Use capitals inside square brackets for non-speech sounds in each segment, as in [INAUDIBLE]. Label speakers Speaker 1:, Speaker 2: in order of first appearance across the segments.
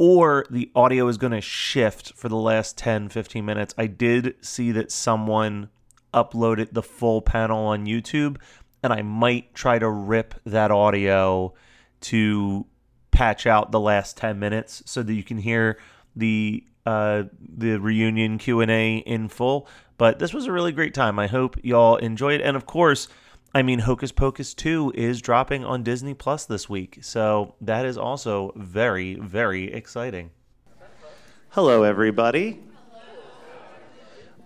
Speaker 1: or the audio is going to shift for the last 10, 15 minutes. I did see that someone uploaded the full panel on YouTube, and I might try to rip that audio to patch out the last 10 minutes so that you can hear the uh, the reunion Q&A in full but this was a really great time I hope y'all enjoy it and of course I mean Hocus Pocus 2 is dropping on Disney Plus this week so that is also very very exciting Hello everybody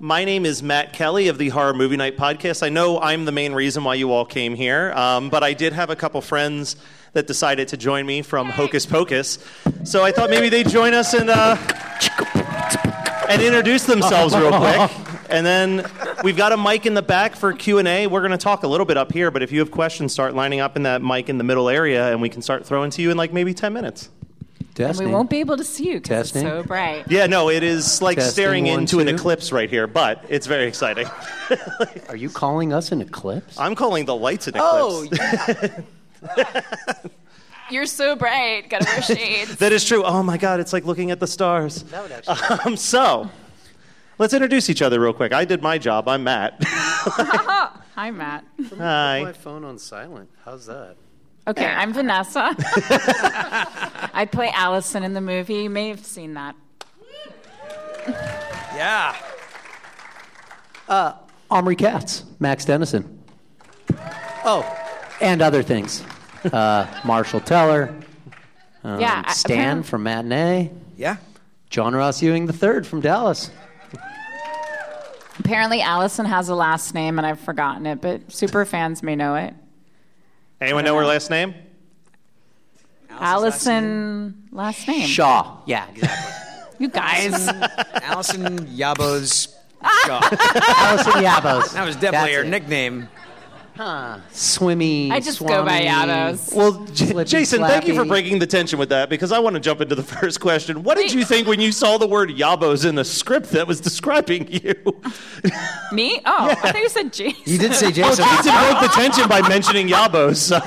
Speaker 2: My name is Matt Kelly of the Horror Movie Night podcast. I know I'm the main reason why you all came here, um, but I did have a couple friends that decided to join me from Hocus Pocus, so I thought maybe they'd join us and uh, and introduce themselves real
Speaker 3: [LAUGHS]
Speaker 2: quick. And then we've got a mic in the back for Q and A. We're going to talk a little bit up here, but if you have questions, start lining up in that mic in the middle area, and we can start throwing to you in like maybe ten minutes.
Speaker 3: And we won't be able to see you because it's
Speaker 1: [LAUGHS]
Speaker 3: so bright. [LAUGHS]
Speaker 2: Yeah, no, it is like
Speaker 3: Testing,
Speaker 2: staring
Speaker 3: one,
Speaker 2: into an
Speaker 3: two.
Speaker 2: eclipse right here, but it's very exciting. [LAUGHS]
Speaker 3: Are you calling us an eclipse?
Speaker 2: I'm calling the lights an eclipse.
Speaker 3: Oh,
Speaker 4: Oh,
Speaker 1: [LAUGHS]
Speaker 5: You're so bright. Gotta wear shades.
Speaker 2: [LAUGHS] That is true. Oh my God, it's like looking at the stars. [LAUGHS] Um, so, let's introduce each other real quick. I did my job. I'm Matt. [LAUGHS]
Speaker 3: Hi, Matt.
Speaker 2: Hi.
Speaker 3: phone on silent. How's that? Okay, I'm Vanessa. [LAUGHS] I play Allison in the movie. You may have seen that.
Speaker 2: Yeah.
Speaker 3: Omri Katz, Max Dennison. Oh, and other things. Uh, Marshall Teller. yeah, Stan from Matinee.
Speaker 2: Yeah.
Speaker 3: John Ross Ewing III from Dallas. Apparently, Allison has a last name, and I've forgotten it, but super fans may know it.
Speaker 2: Anyone know her last name?
Speaker 3: Allison, last name? Shaw. Yeah, exactly. you guys.
Speaker 6: [LAUGHS] Allison Yabos. [LAUGHS]
Speaker 3: Allison Yabos.
Speaker 6: That was definitely her nickname.
Speaker 3: Swimmy. I just go by Yabos.
Speaker 2: Well, J-
Speaker 3: Flippy
Speaker 2: Jason, thank you for
Speaker 3: Flappy.
Speaker 2: breaking the tension with that because I want to jump into the [LAUGHS] first question. What did you think when you saw the word yabos in the script that was describing you? [LAUGHS]
Speaker 3: Me? Oh, I thought you said
Speaker 6: You
Speaker 3: Jason. Oh,
Speaker 6: did say
Speaker 3: [LAUGHS]
Speaker 2: Well,
Speaker 6: Jason.
Speaker 2: Jason broke the tension by mentioning yabos, so.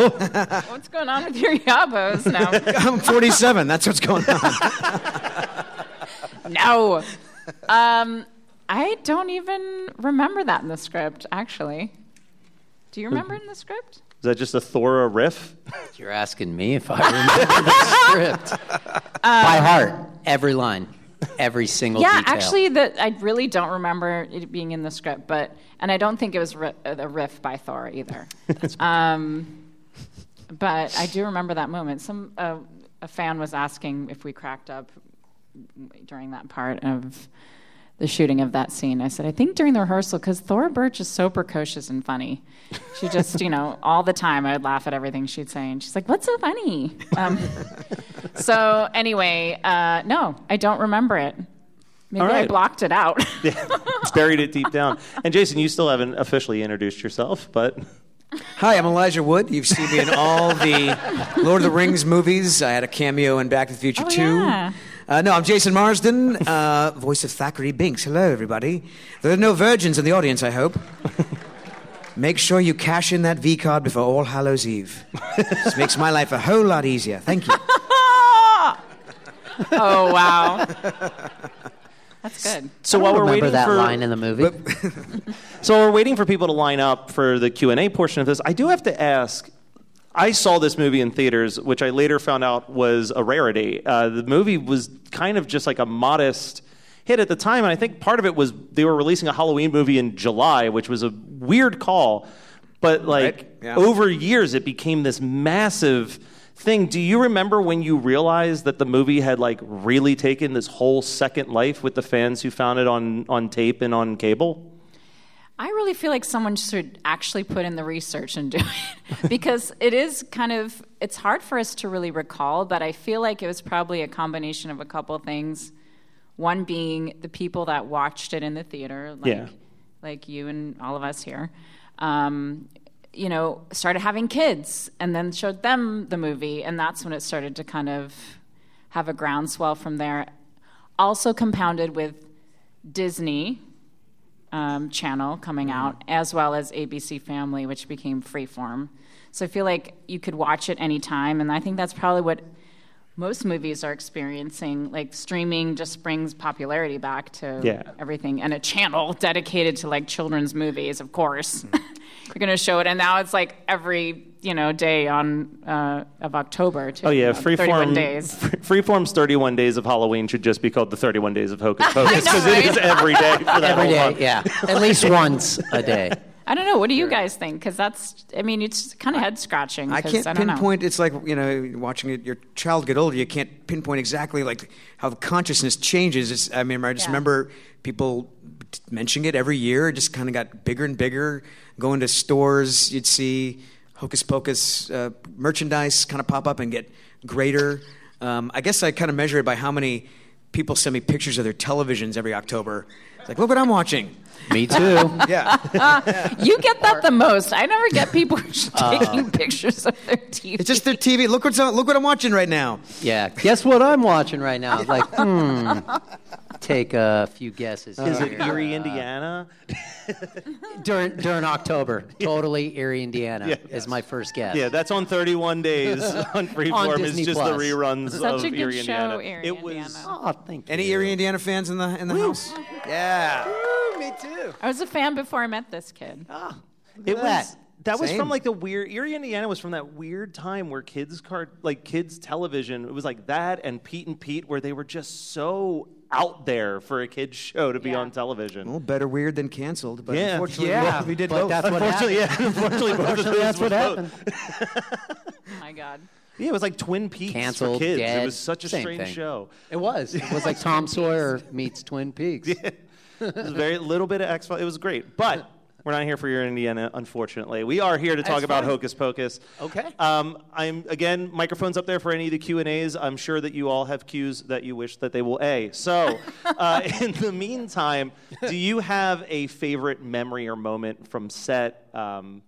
Speaker 3: What's going on with your
Speaker 1: [LAUGHS]
Speaker 3: Yabos now?
Speaker 6: I'm 47. That's what's going on.
Speaker 3: no. Um, I don't even remember that in the script, actually. Do
Speaker 4: Hmm.
Speaker 3: you remember in the script?
Speaker 1: Is that just a thorough riff?
Speaker 4: You're asking me if I remember
Speaker 3: [LAUGHS]
Speaker 4: the script
Speaker 3: Uh,
Speaker 4: by heart, every line, every single
Speaker 3: yeah,
Speaker 4: detail.
Speaker 3: actually, the, I really don't remember it being in the script, but and I don't think it was ri- a riff by Thor
Speaker 4: [LAUGHS]
Speaker 3: either. um, but I do remember that moment. Some uh, a fan was asking if we cracked up during that part of the shooting of that scene. I said, I think during the rehearsal, because Thora Birch is so precocious and funny. She just,
Speaker 1: [LAUGHS]
Speaker 3: you know, all the time I would laugh at everything she'd say, and she's like, "What's so funny?"
Speaker 1: [LAUGHS]
Speaker 3: Um, so anyway, uh, no, I don't remember it. Maybe
Speaker 1: All
Speaker 3: I
Speaker 1: right.
Speaker 3: blocked it out.
Speaker 1: [LAUGHS]
Speaker 3: [LAUGHS]
Speaker 1: It's buried it deep down. And Jason, you still haven't officially introduced yourself, but
Speaker 6: [LAUGHS] Hi, I'm Elijah Wood. You've seen me in all [LAUGHS] the Lord of the Rings movies. I had a cameo in Back to the Future
Speaker 3: Oh,
Speaker 6: 2.
Speaker 3: yeah.
Speaker 6: Uh, no, I'm Jason Marsden, uh, voice of Thackeray Binks. Hello, everybody. There are no virgins in the audience, I [LAUGHS] hope. Make sure you cash in that V card before All Hallows Eve. this makes my life a whole lot easier. Thank you.
Speaker 3: oh
Speaker 1: [LAUGHS]
Speaker 3: wow, that's good.
Speaker 1: So while we're
Speaker 4: remember
Speaker 1: waiting
Speaker 4: that
Speaker 1: for
Speaker 4: line in the movie.
Speaker 1: So we're waiting for people to line up for the Q and A portion of this. I do have to ask. I saw this movie in theaters, which I later found out was a rarity. Uh, the movie was kind of just like a modest hit at the time, and I think part of it was they were releasing a Halloween movie in July, which was a weird call. But like
Speaker 6: yeah.
Speaker 1: over years, it became this massive thing. Do you remember when you realized that the movie had like really taken this whole second life with the fans who found it on on tape and on cable?
Speaker 3: I really feel like someone should actually put in the research and do it [LAUGHS] because it is kind of it's hard for us to really recall, but I feel like it was probably a combination of a couple things. One being the people that watched it in the theater, like
Speaker 7: Yeah.
Speaker 3: like you and all of us here, um, you know, started having kids and then showed them the movie, and that's when it started to kind of have a groundswell from there. Also compounded with Disney um, channel coming
Speaker 1: Mm-hmm.
Speaker 3: out, as well as ABC Family, which became Freeform. So I feel like you could watch it anytime, and I think that's probably what most movies are experiencing. Like streaming just brings popularity back to
Speaker 7: Yeah.
Speaker 3: everything, and a channel dedicated to like children's movies, of course.
Speaker 1: Hmm.
Speaker 3: [LAUGHS] You're going to show it, and now it's like every you know day on uh, of October. Too,
Speaker 1: Oh yeah,
Speaker 4: uh,
Speaker 3: you know, 31
Speaker 1: freeform
Speaker 3: days.
Speaker 1: Free, freeform's 31 days of Halloween should just be called the 31 days of
Speaker 4: [LAUGHS]
Speaker 1: Hocus Pocus
Speaker 3: know,
Speaker 1: because it is
Speaker 3: right?
Speaker 1: every day for that
Speaker 4: Every
Speaker 1: whole
Speaker 4: day,
Speaker 1: month. [LAUGHS]
Speaker 4: yeah. At least once a day.
Speaker 3: I don't know. What do you guys think? Because that's, I mean, it's kind of head scratching.
Speaker 6: I can't
Speaker 3: don't know.
Speaker 6: pinpoint. It's like you know, watching it, your child get older. You can't pinpoint exactly like how the consciousness changes. It's, I mean, I just remember people t- mentioning it every year. It just kind of got bigger and bigger. Going to stores, you'd see hocus pocus uh, merchandise kind of pop up and get greater. Um, I guess I kind of measure it by how many people send me pictures of their televisions every October. It's like, look what I'm watching.
Speaker 4: Me too.
Speaker 6: [LAUGHS] yeah.
Speaker 3: [LAUGHS]
Speaker 6: Uh,
Speaker 3: you get that the most. I never get people [LAUGHS]
Speaker 4: Uh,
Speaker 3: taking pictures of their teeth.
Speaker 6: It's just their TV. Look what's on, look what I'm watching right now.
Speaker 4: Yeah. Guess what I'm watching right now? Like, hmm. Take a few guesses.
Speaker 1: Is it
Speaker 4: here.
Speaker 1: Erie, Indiana?
Speaker 4: During during
Speaker 1: [LAUGHS]
Speaker 4: October. Totally Erie, Indiana
Speaker 1: Yeah.
Speaker 4: is my first guess.
Speaker 1: Yeah, that's on
Speaker 4: [LAUGHS]
Speaker 1: 31 days on Freeform.
Speaker 4: Disney
Speaker 1: it's just
Speaker 4: Plus.
Speaker 1: the reruns
Speaker 4: Such
Speaker 1: of
Speaker 4: a good
Speaker 1: Erie, Indiana.
Speaker 4: show, Erie,
Speaker 1: it was
Speaker 4: Oh, thank
Speaker 6: Any Erie, Indiana fans in the in the house? Yeah. me too.
Speaker 3: I was a fan before I met this kid.
Speaker 1: Ah,
Speaker 3: at
Speaker 1: It was
Speaker 3: that.
Speaker 1: that was
Speaker 3: Same.
Speaker 1: from like the weird Erie, Indiana was from that weird time where kids card like kids television. It was like that and Pete and Pete where they were just so out there for a kids show to be on television.
Speaker 6: Well, better weird than canceled, but
Speaker 1: Yeah.
Speaker 6: unfortunately,
Speaker 1: Yeah.
Speaker 6: we did
Speaker 1: But
Speaker 6: both.
Speaker 1: that's what Unfortunately, happened. yeah. Unfortunately, both of Unfortunately, those that's was what both.
Speaker 3: Oh my God.
Speaker 1: [LAUGHS] Yeah, it was like Twin Peaks
Speaker 4: Canceled,
Speaker 1: for kids.
Speaker 4: dead,
Speaker 1: it was such a
Speaker 4: same
Speaker 1: strange
Speaker 4: thing.
Speaker 1: show.
Speaker 4: It was. It was like Tom Sawyer meets Twin
Speaker 1: [LAUGHS]
Speaker 4: Peaks.
Speaker 1: It was very little bit of X Files. It was great, but we're not here for your Indiana, unfortunately. We are here to talk
Speaker 4: That's
Speaker 1: about
Speaker 4: fine.
Speaker 1: Hocus Pocus.
Speaker 4: Okay.
Speaker 1: Um, I'm again microphones up there for any of the Q and A's. I'm sure that you all have cues that you wish that they will a.
Speaker 4: [LAUGHS]
Speaker 1: So, uh, in the meantime, do you have a favorite memory or moment from set? Um,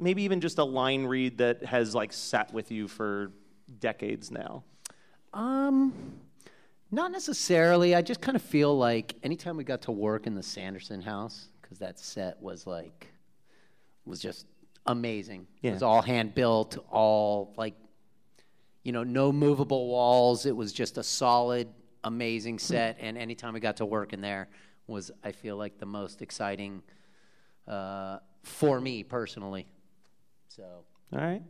Speaker 1: maybe even just a line read that has like sat with you for decades
Speaker 4: [LAUGHS]
Speaker 1: now.
Speaker 4: Um, not necessarily. I just kind of feel like anytime we got to work in the Sanderson house, because that set was like, was just amazing. It was
Speaker 6: Yeah.
Speaker 4: all hand built, all like, you know, no movable walls. It was just a solid
Speaker 1: Hmm.
Speaker 4: amazing set, and anytime we got to work in there was, I feel like, the most exciting uh, for me personally. So
Speaker 1: All right.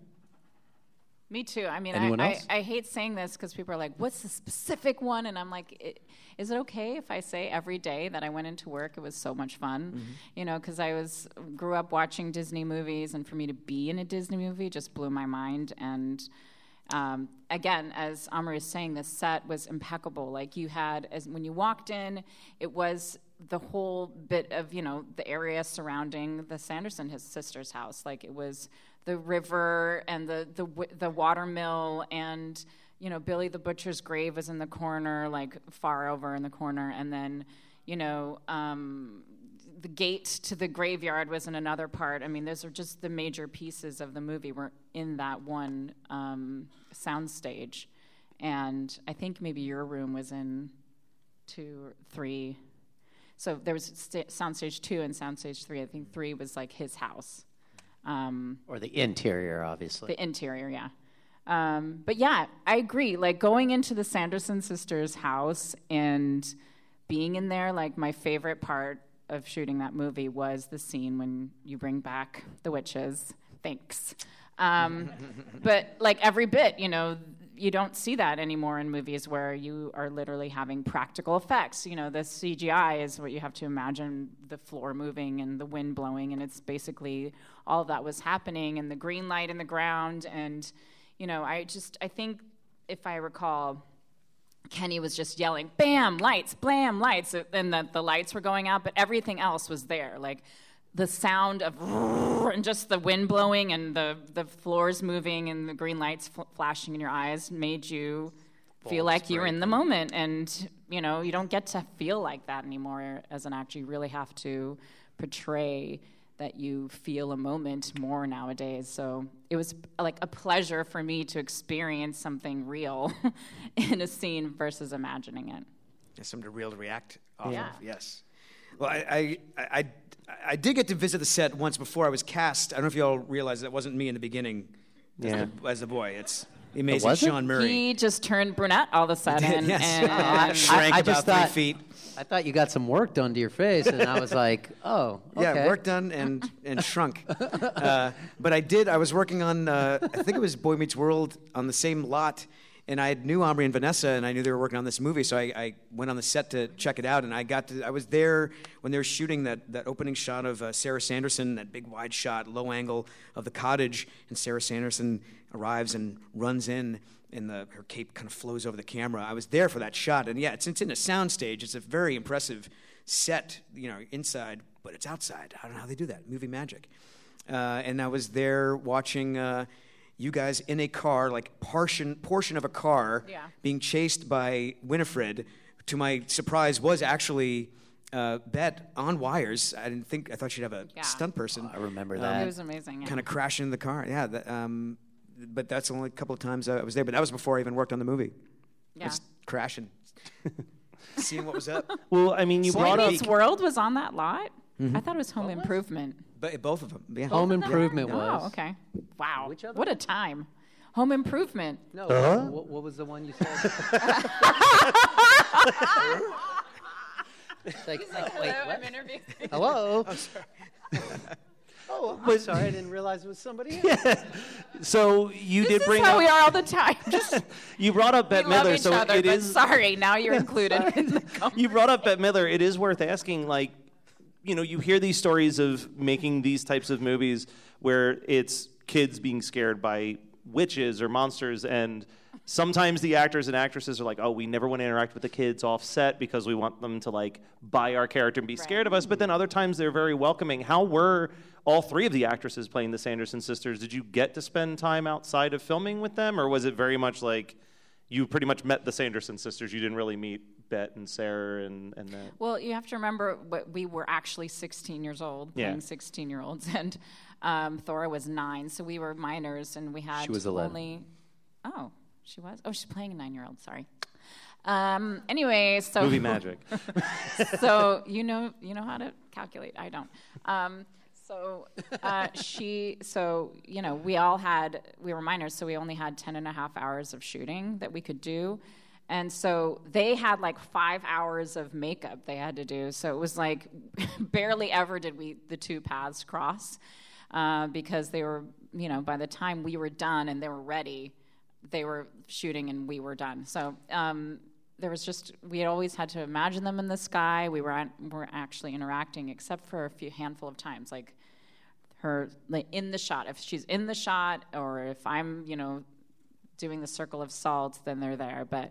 Speaker 3: Me too. I mean,
Speaker 4: Anyone
Speaker 3: I,
Speaker 4: else?
Speaker 3: I, I hate saying this because people are like, what's the specific one? And I'm like, "I- is it okay if I say every day that I went into work, it was so much fun? You know, because I was grew up watching Disney movies, and for me to be in a Disney movie just blew my mind. And um, again, as Amr is saying, the set was impeccable. Like you had, as when you walked in, it was the whole bit of you know the area surrounding the Sanderson his sister's house. Like it was the river and the the w- the water mill and you know Billy the butcher's grave was in the corner, like far over in the corner, and then you know. Um, the gate to the graveyard was in another part. I mean, those are just the major pieces of the movie were in that one um, soundstage, and I think maybe your room was in two, or three. So there was st- soundstage two and soundstage three. I think three was like his house. Um,
Speaker 4: or the interior, obviously.
Speaker 3: the interior, yeah. Um, but yeah, I agree. Like going into the Sanderson sisters' house and being in there, like my favorite part of shooting that movie was the scene when you bring back the witches. Thanks. Um, but like every bit, you know, you don't see that anymore in movies where you are literally having practical effects. You know, the CGI is what you have to imagine the floor moving and the wind blowing, and it's basically all that was happening, and the green light in the ground. And, you know, I just, I think if I recall, Kenny was just yelling, bam, lights, blam, lights, and the, the lights were going out, but everything else was there. Like the sound of [LAUGHS] and just the wind blowing and the, the floors moving and the green lights fl- flashing in your eyes made you feel like you were in the moment. And, you know, you don't get to feel like that anymore as an actor. You really have to portray that you feel a moment more nowadays. So it was like a pleasure for me to experience something real [LAUGHS] in a scene versus imagining it.
Speaker 6: There's [LAUGHS] something to real to react off
Speaker 3: Yeah.
Speaker 6: of. Yes. Well, I, I, I, I- I did get to visit the set once before I was cast. I don't know if you all realize that wasn't me in the beginning as,
Speaker 4: Yeah.
Speaker 6: the, as the boy. It's the amazing
Speaker 4: wasn't?
Speaker 6: Sean Murray.
Speaker 3: He just turned brunette all of a sudden.
Speaker 6: yes.
Speaker 3: and,
Speaker 6: I [LAUGHS] shrank
Speaker 4: Oh, I
Speaker 6: about
Speaker 4: just
Speaker 6: three
Speaker 4: thought-
Speaker 6: feet.
Speaker 4: I thought you got some work done to your face, and I was like, [LAUGHS] oh,
Speaker 6: Yeah,
Speaker 4: okay.
Speaker 6: work done
Speaker 4: [LAUGHS]
Speaker 6: and and shrunk. Uh, but I did. I was working on. Uh, I think it was Boy Meets World on the same lot, and I knew Omri and Vanessa, and I knew they were working on this movie. So I, I went on the set to check it out, and I got to. I was there when they were shooting that that opening shot of uh, Sarah Sanderson, that big wide shot, low angle of the cottage, and Sarah Sanderson arrives and runs in. And the, her cape kind of flows over the camera. I was there for that shot, and yeah, it's, it's in a soundstage. It's a very impressive set, you know, inside, but it's outside. I don't know how they do that. Movie magic. Uh, and I was there watching uh, you guys in a car, like portion portion of a car,
Speaker 7: Yeah.
Speaker 6: being chased by Winifred. To my surprise, was actually uh, Bet on wires. I didn't think I thought she'd have a
Speaker 3: Yeah.
Speaker 6: stunt person. Oh, um, I remember
Speaker 3: that. It was amazing, yeah.
Speaker 6: Kind of crashing in the car. Yeah. That, um, but that's the only couple of times I was there. But that was before I even worked on the movie.
Speaker 3: Yeah.
Speaker 6: Just crashing, seeing what was up.
Speaker 8: Well, I mean, you
Speaker 6: Boy
Speaker 8: brought up
Speaker 6: Meets
Speaker 3: World was on that lot?
Speaker 6: Mhm.
Speaker 3: I thought it was Home Improvement.
Speaker 6: But both of them. Yeah.
Speaker 4: Home Improvement was.
Speaker 3: Oh, okay. Wow. What a time. Home Improvement.
Speaker 4: No,
Speaker 8: Uh-huh.
Speaker 6: Huh?
Speaker 4: what, what was the one you
Speaker 5: [LAUGHS]
Speaker 4: said? It's like, oh, wait,
Speaker 5: "Hello,
Speaker 4: what?
Speaker 5: I'm interviewing."
Speaker 4: Hello.
Speaker 5: I'm
Speaker 4: [LAUGHS] oh, I'm
Speaker 8: But-
Speaker 4: sorry. I didn't realize it was somebody
Speaker 8: [LAUGHS]
Speaker 4: else.
Speaker 8: Yeah. So you did bring
Speaker 3: how
Speaker 8: up
Speaker 3: we are all the time.
Speaker 8: [LAUGHS] you brought up Bette
Speaker 3: we love
Speaker 8: Midler,
Speaker 3: each
Speaker 8: so
Speaker 3: other,
Speaker 8: it
Speaker 3: but
Speaker 8: is-
Speaker 3: sorry, now you're included.
Speaker 8: [LAUGHS] you brought up Bette Midler. It is worth asking, like, you know, you hear these stories of making these types of movies where it's kids being scared by witches or monsters, and sometimes the actors and actresses are like, oh, we never want to interact with the kids off set because we want them to, like, buy our character and be scared of us. But then other times they're very welcoming. How were all three of the actresses playing the Sanderson sisters? Did you get to spend time outside of filming with them, or was it very much like, you pretty much met the Sanderson sisters. You didn't really meet Bet and Sarah and and that.
Speaker 3: Well, you have to remember what we were actually 16 years old,
Speaker 8: Yeah.
Speaker 3: playing 16 year olds, [LAUGHS] and um, Thora was nine, so we were minors, and we had
Speaker 4: She was 11.
Speaker 3: only. Oh, she was. Oh, she's playing a nine year old. Sorry. Um, anyway, so [LAUGHS]
Speaker 8: Movie magic.
Speaker 3: so you know you know how to calculate. I don't. Um, so uh, she so you know we all had we were minors, so we only had 10 and a half hours of shooting that we could do. And so they had like five hours of makeup they had to do. So it was like [LAUGHS] barely ever did we the two paths cross uh, because they were, you know, by the time we were done and they were ready, they were shooting and we were done. So um, there was just we had always had to imagine them in the sky. We were were actually interacting except for a few handful of times, like her like in the shot. If she's in the shot, or if I'm, you know, doing the circle of salt, then they're there. But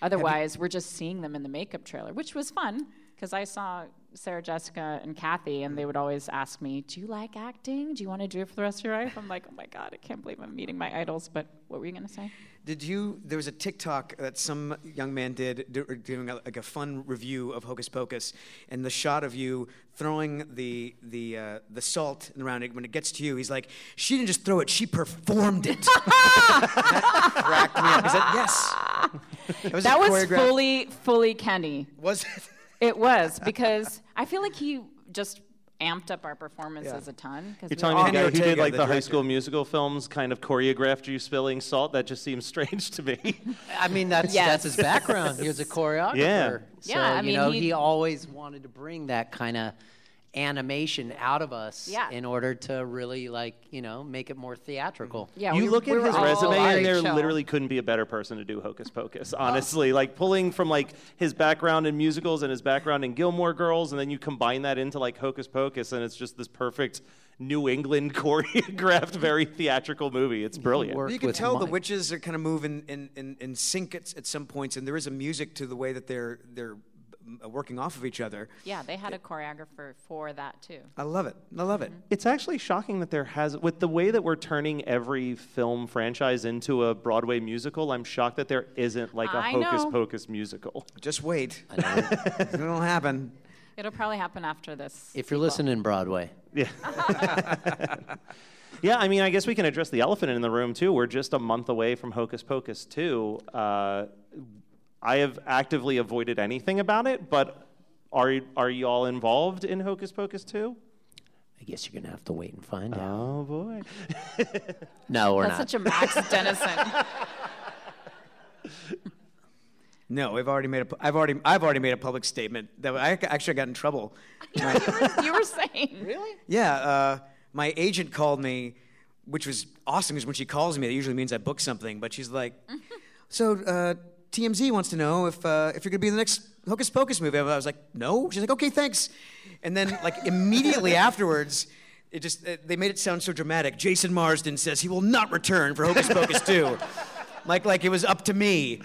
Speaker 3: otherwise, we're just seeing them in the makeup trailer, which was fun because I saw Sarah Jessica and Kathy, and they would always ask me, "Do you like acting? Do you want to do it for the rest of your life?" I'm like, "Oh my god, I can't believe I'm meeting my idols." But what were you gonna say?
Speaker 6: Did you? There was a TikTok that some young man did do- doing a, like a fun review of Hocus Pocus, and the shot of you throwing the the uh, the salt around it. When it gets to you, he's like, "She didn't just throw it; she performed
Speaker 3: [LAUGHS]
Speaker 6: it." that cracked me up. Is that yes? It
Speaker 3: that
Speaker 6: a
Speaker 3: was
Speaker 6: choreographed-
Speaker 3: fully, fully Kenny.
Speaker 6: Was it?
Speaker 3: [LAUGHS] It was because I feel like he just amped up our performances a ton. 'cause
Speaker 1: You're
Speaker 3: we
Speaker 1: telling
Speaker 3: all-
Speaker 1: me the guy who did like
Speaker 6: the
Speaker 1: the, high
Speaker 6: director.
Speaker 1: school musical films kind of choreographed you spilling salt? That just seems [LAUGHS] strange to me.
Speaker 4: I mean, that's
Speaker 3: Yes.
Speaker 4: that's his background. He was
Speaker 3: [LAUGHS]
Speaker 4: a choreographer.
Speaker 1: Yeah.
Speaker 4: So,
Speaker 3: Yeah, I
Speaker 4: you
Speaker 3: mean,
Speaker 4: know,
Speaker 3: he-
Speaker 4: he, always wanted to bring that kind of animation out of us
Speaker 3: Yeah.
Speaker 4: in order to really like, you know, make it more theatrical.
Speaker 3: [LAUGHS] Yeah,
Speaker 1: you
Speaker 3: we-
Speaker 1: look at
Speaker 3: we were
Speaker 1: his
Speaker 3: all
Speaker 1: resume,
Speaker 3: very
Speaker 1: and there
Speaker 3: chill.
Speaker 1: literally couldn't be a better person to do Hocus
Speaker 3: [LAUGHS]
Speaker 1: Pocus. Honestly, like pulling from like his background in musicals and his background in Gilmore Girls, and then you combine that into like Hocus Pocus, and it's just this perfect New England [LAUGHS] choreographed, very theatrical movie. It's brilliant.
Speaker 4: worked
Speaker 6: You can tell the witches are kind of move in, in, in, in sync at, at some points, and there is a music to the way that they're they're uh, working off of each other.
Speaker 3: Yeah, they had a choreographer for that too.
Speaker 6: I love it. I love it.
Speaker 1: It's actually shocking that there has, with the way that we're turning every film franchise into a Broadway musical, I'm shocked that there isn't like a
Speaker 3: I
Speaker 1: hocus
Speaker 3: know.
Speaker 1: pocus musical.
Speaker 6: Just wait. [LAUGHS] It'll happen.
Speaker 1: [SIGHS]
Speaker 3: It'll probably happen after this. [LAUGHS]
Speaker 4: If you're listening in Broadway.
Speaker 1: Yeah. [LAUGHS] yeah, I mean, I guess we can address the elephant in the room too. We're just a month away from Hocus Pocus 2. Uh, I have actively avoided anything about it, but are, are you all involved in Hocus Pocus 2?
Speaker 4: I guess you're going to have to wait and find out. [LAUGHS]
Speaker 1: Oh, boy.
Speaker 3: [LAUGHS]
Speaker 4: No, we're
Speaker 3: That's
Speaker 4: not.
Speaker 3: such a
Speaker 4: [LAUGHS]
Speaker 3: Max Dennison.
Speaker 6: No, I've already made a pu- I've already I've already made a public statement that I ac- actually got in trouble.
Speaker 3: [LAUGHS] you were saying. Really?
Speaker 6: Yeah, uh, my agent called me, which was awesome because when she calls me, it usually means I booked something. But she's like, "So uh, TMZ wants to know if uh, if you're gonna be in the next Hocus Pocus movie." I was like, "No." She's like, "Okay, thanks." And then like immediately afterwards. It just uh, they made it sound so dramatic. Jason Marsden says he will not return for Hocus Pocus 2. Like like it was up to me.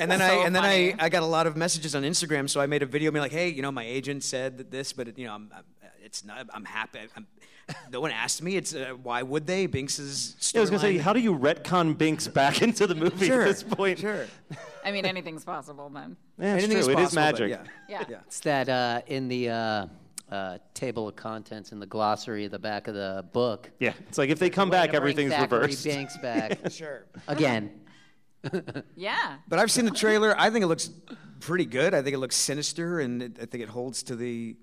Speaker 6: And then I and then I, I got a lot of messages on Instagram, so I made a video being like, hey, you know, my agent said that this, but it, you know, I'm, I'm it's not. I'm happy. I'm, no one asked me. It's uh, why would they? Binks is.
Speaker 1: I was going to say,
Speaker 6: storyline-
Speaker 1: how do you retcon Binks back [LAUGHS] into the movie
Speaker 6: Sure,
Speaker 1: at this point?
Speaker 6: Sure.
Speaker 3: I mean, anything's possible then.
Speaker 1: Yeah, it's
Speaker 6: Anything
Speaker 1: true. it is
Speaker 6: possible, but
Speaker 1: magic.
Speaker 6: yeah.
Speaker 3: Yeah.
Speaker 6: Yeah.
Speaker 4: It's that uh, in the uh, uh, table of contents in the glossary at the back of the book.
Speaker 1: Yeah, it's like if they come
Speaker 4: Way to
Speaker 1: back,
Speaker 4: bring
Speaker 1: everything's
Speaker 4: Zachary
Speaker 1: reversed.
Speaker 3: [LAUGHS]
Speaker 4: Banks back
Speaker 6: Sure.
Speaker 4: again.
Speaker 3: Yeah.
Speaker 6: But I've seen the trailer. I think it looks pretty good. I think it looks sinister, and it, I think it holds to the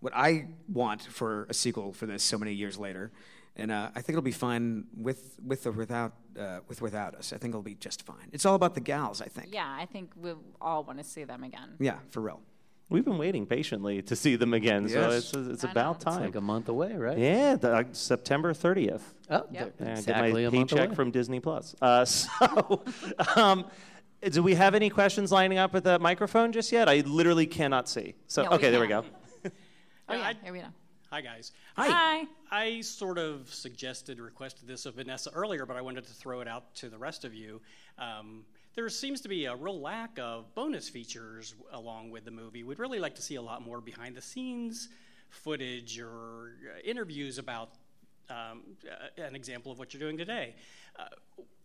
Speaker 6: what I want for a sequel for this so many years later. And uh, I think it'll be fine with with or without uh, with without us. I think it'll be just fine. It's all about the gals. I think.
Speaker 3: Yeah, I think we all want to see them again.
Speaker 6: Yeah, for real.
Speaker 1: We've been waiting patiently to see them again,
Speaker 6: Yes.
Speaker 1: so it's, it's
Speaker 3: I know.
Speaker 1: about
Speaker 3: It's
Speaker 1: time.
Speaker 4: Like a month away, right?
Speaker 1: yeah, the, uh, September 30th.
Speaker 4: Oh,
Speaker 3: Yep.
Speaker 4: they're
Speaker 1: Yeah,
Speaker 4: exactly
Speaker 1: I
Speaker 4: a
Speaker 1: get my
Speaker 4: month
Speaker 1: paycheck
Speaker 4: away.
Speaker 1: from Disney Plus. Uh, [LAUGHS] so, um, do we have any questions lining up at that microphone just yet? I literally cannot see. So,
Speaker 3: Yeah, we
Speaker 1: okay, there we go.
Speaker 3: can. Oh, yeah. Here we go.
Speaker 7: Hi, guys.
Speaker 3: Hi.
Speaker 7: I sort of suggested, requested this of Vanessa earlier, but I wanted to throw it out to the rest of you. Um, there seems to be a real lack of bonus features along with the movie. We'd really like to see a lot more behind the scenes footage or uh, interviews about um, uh, an example of what you're doing today. Uh,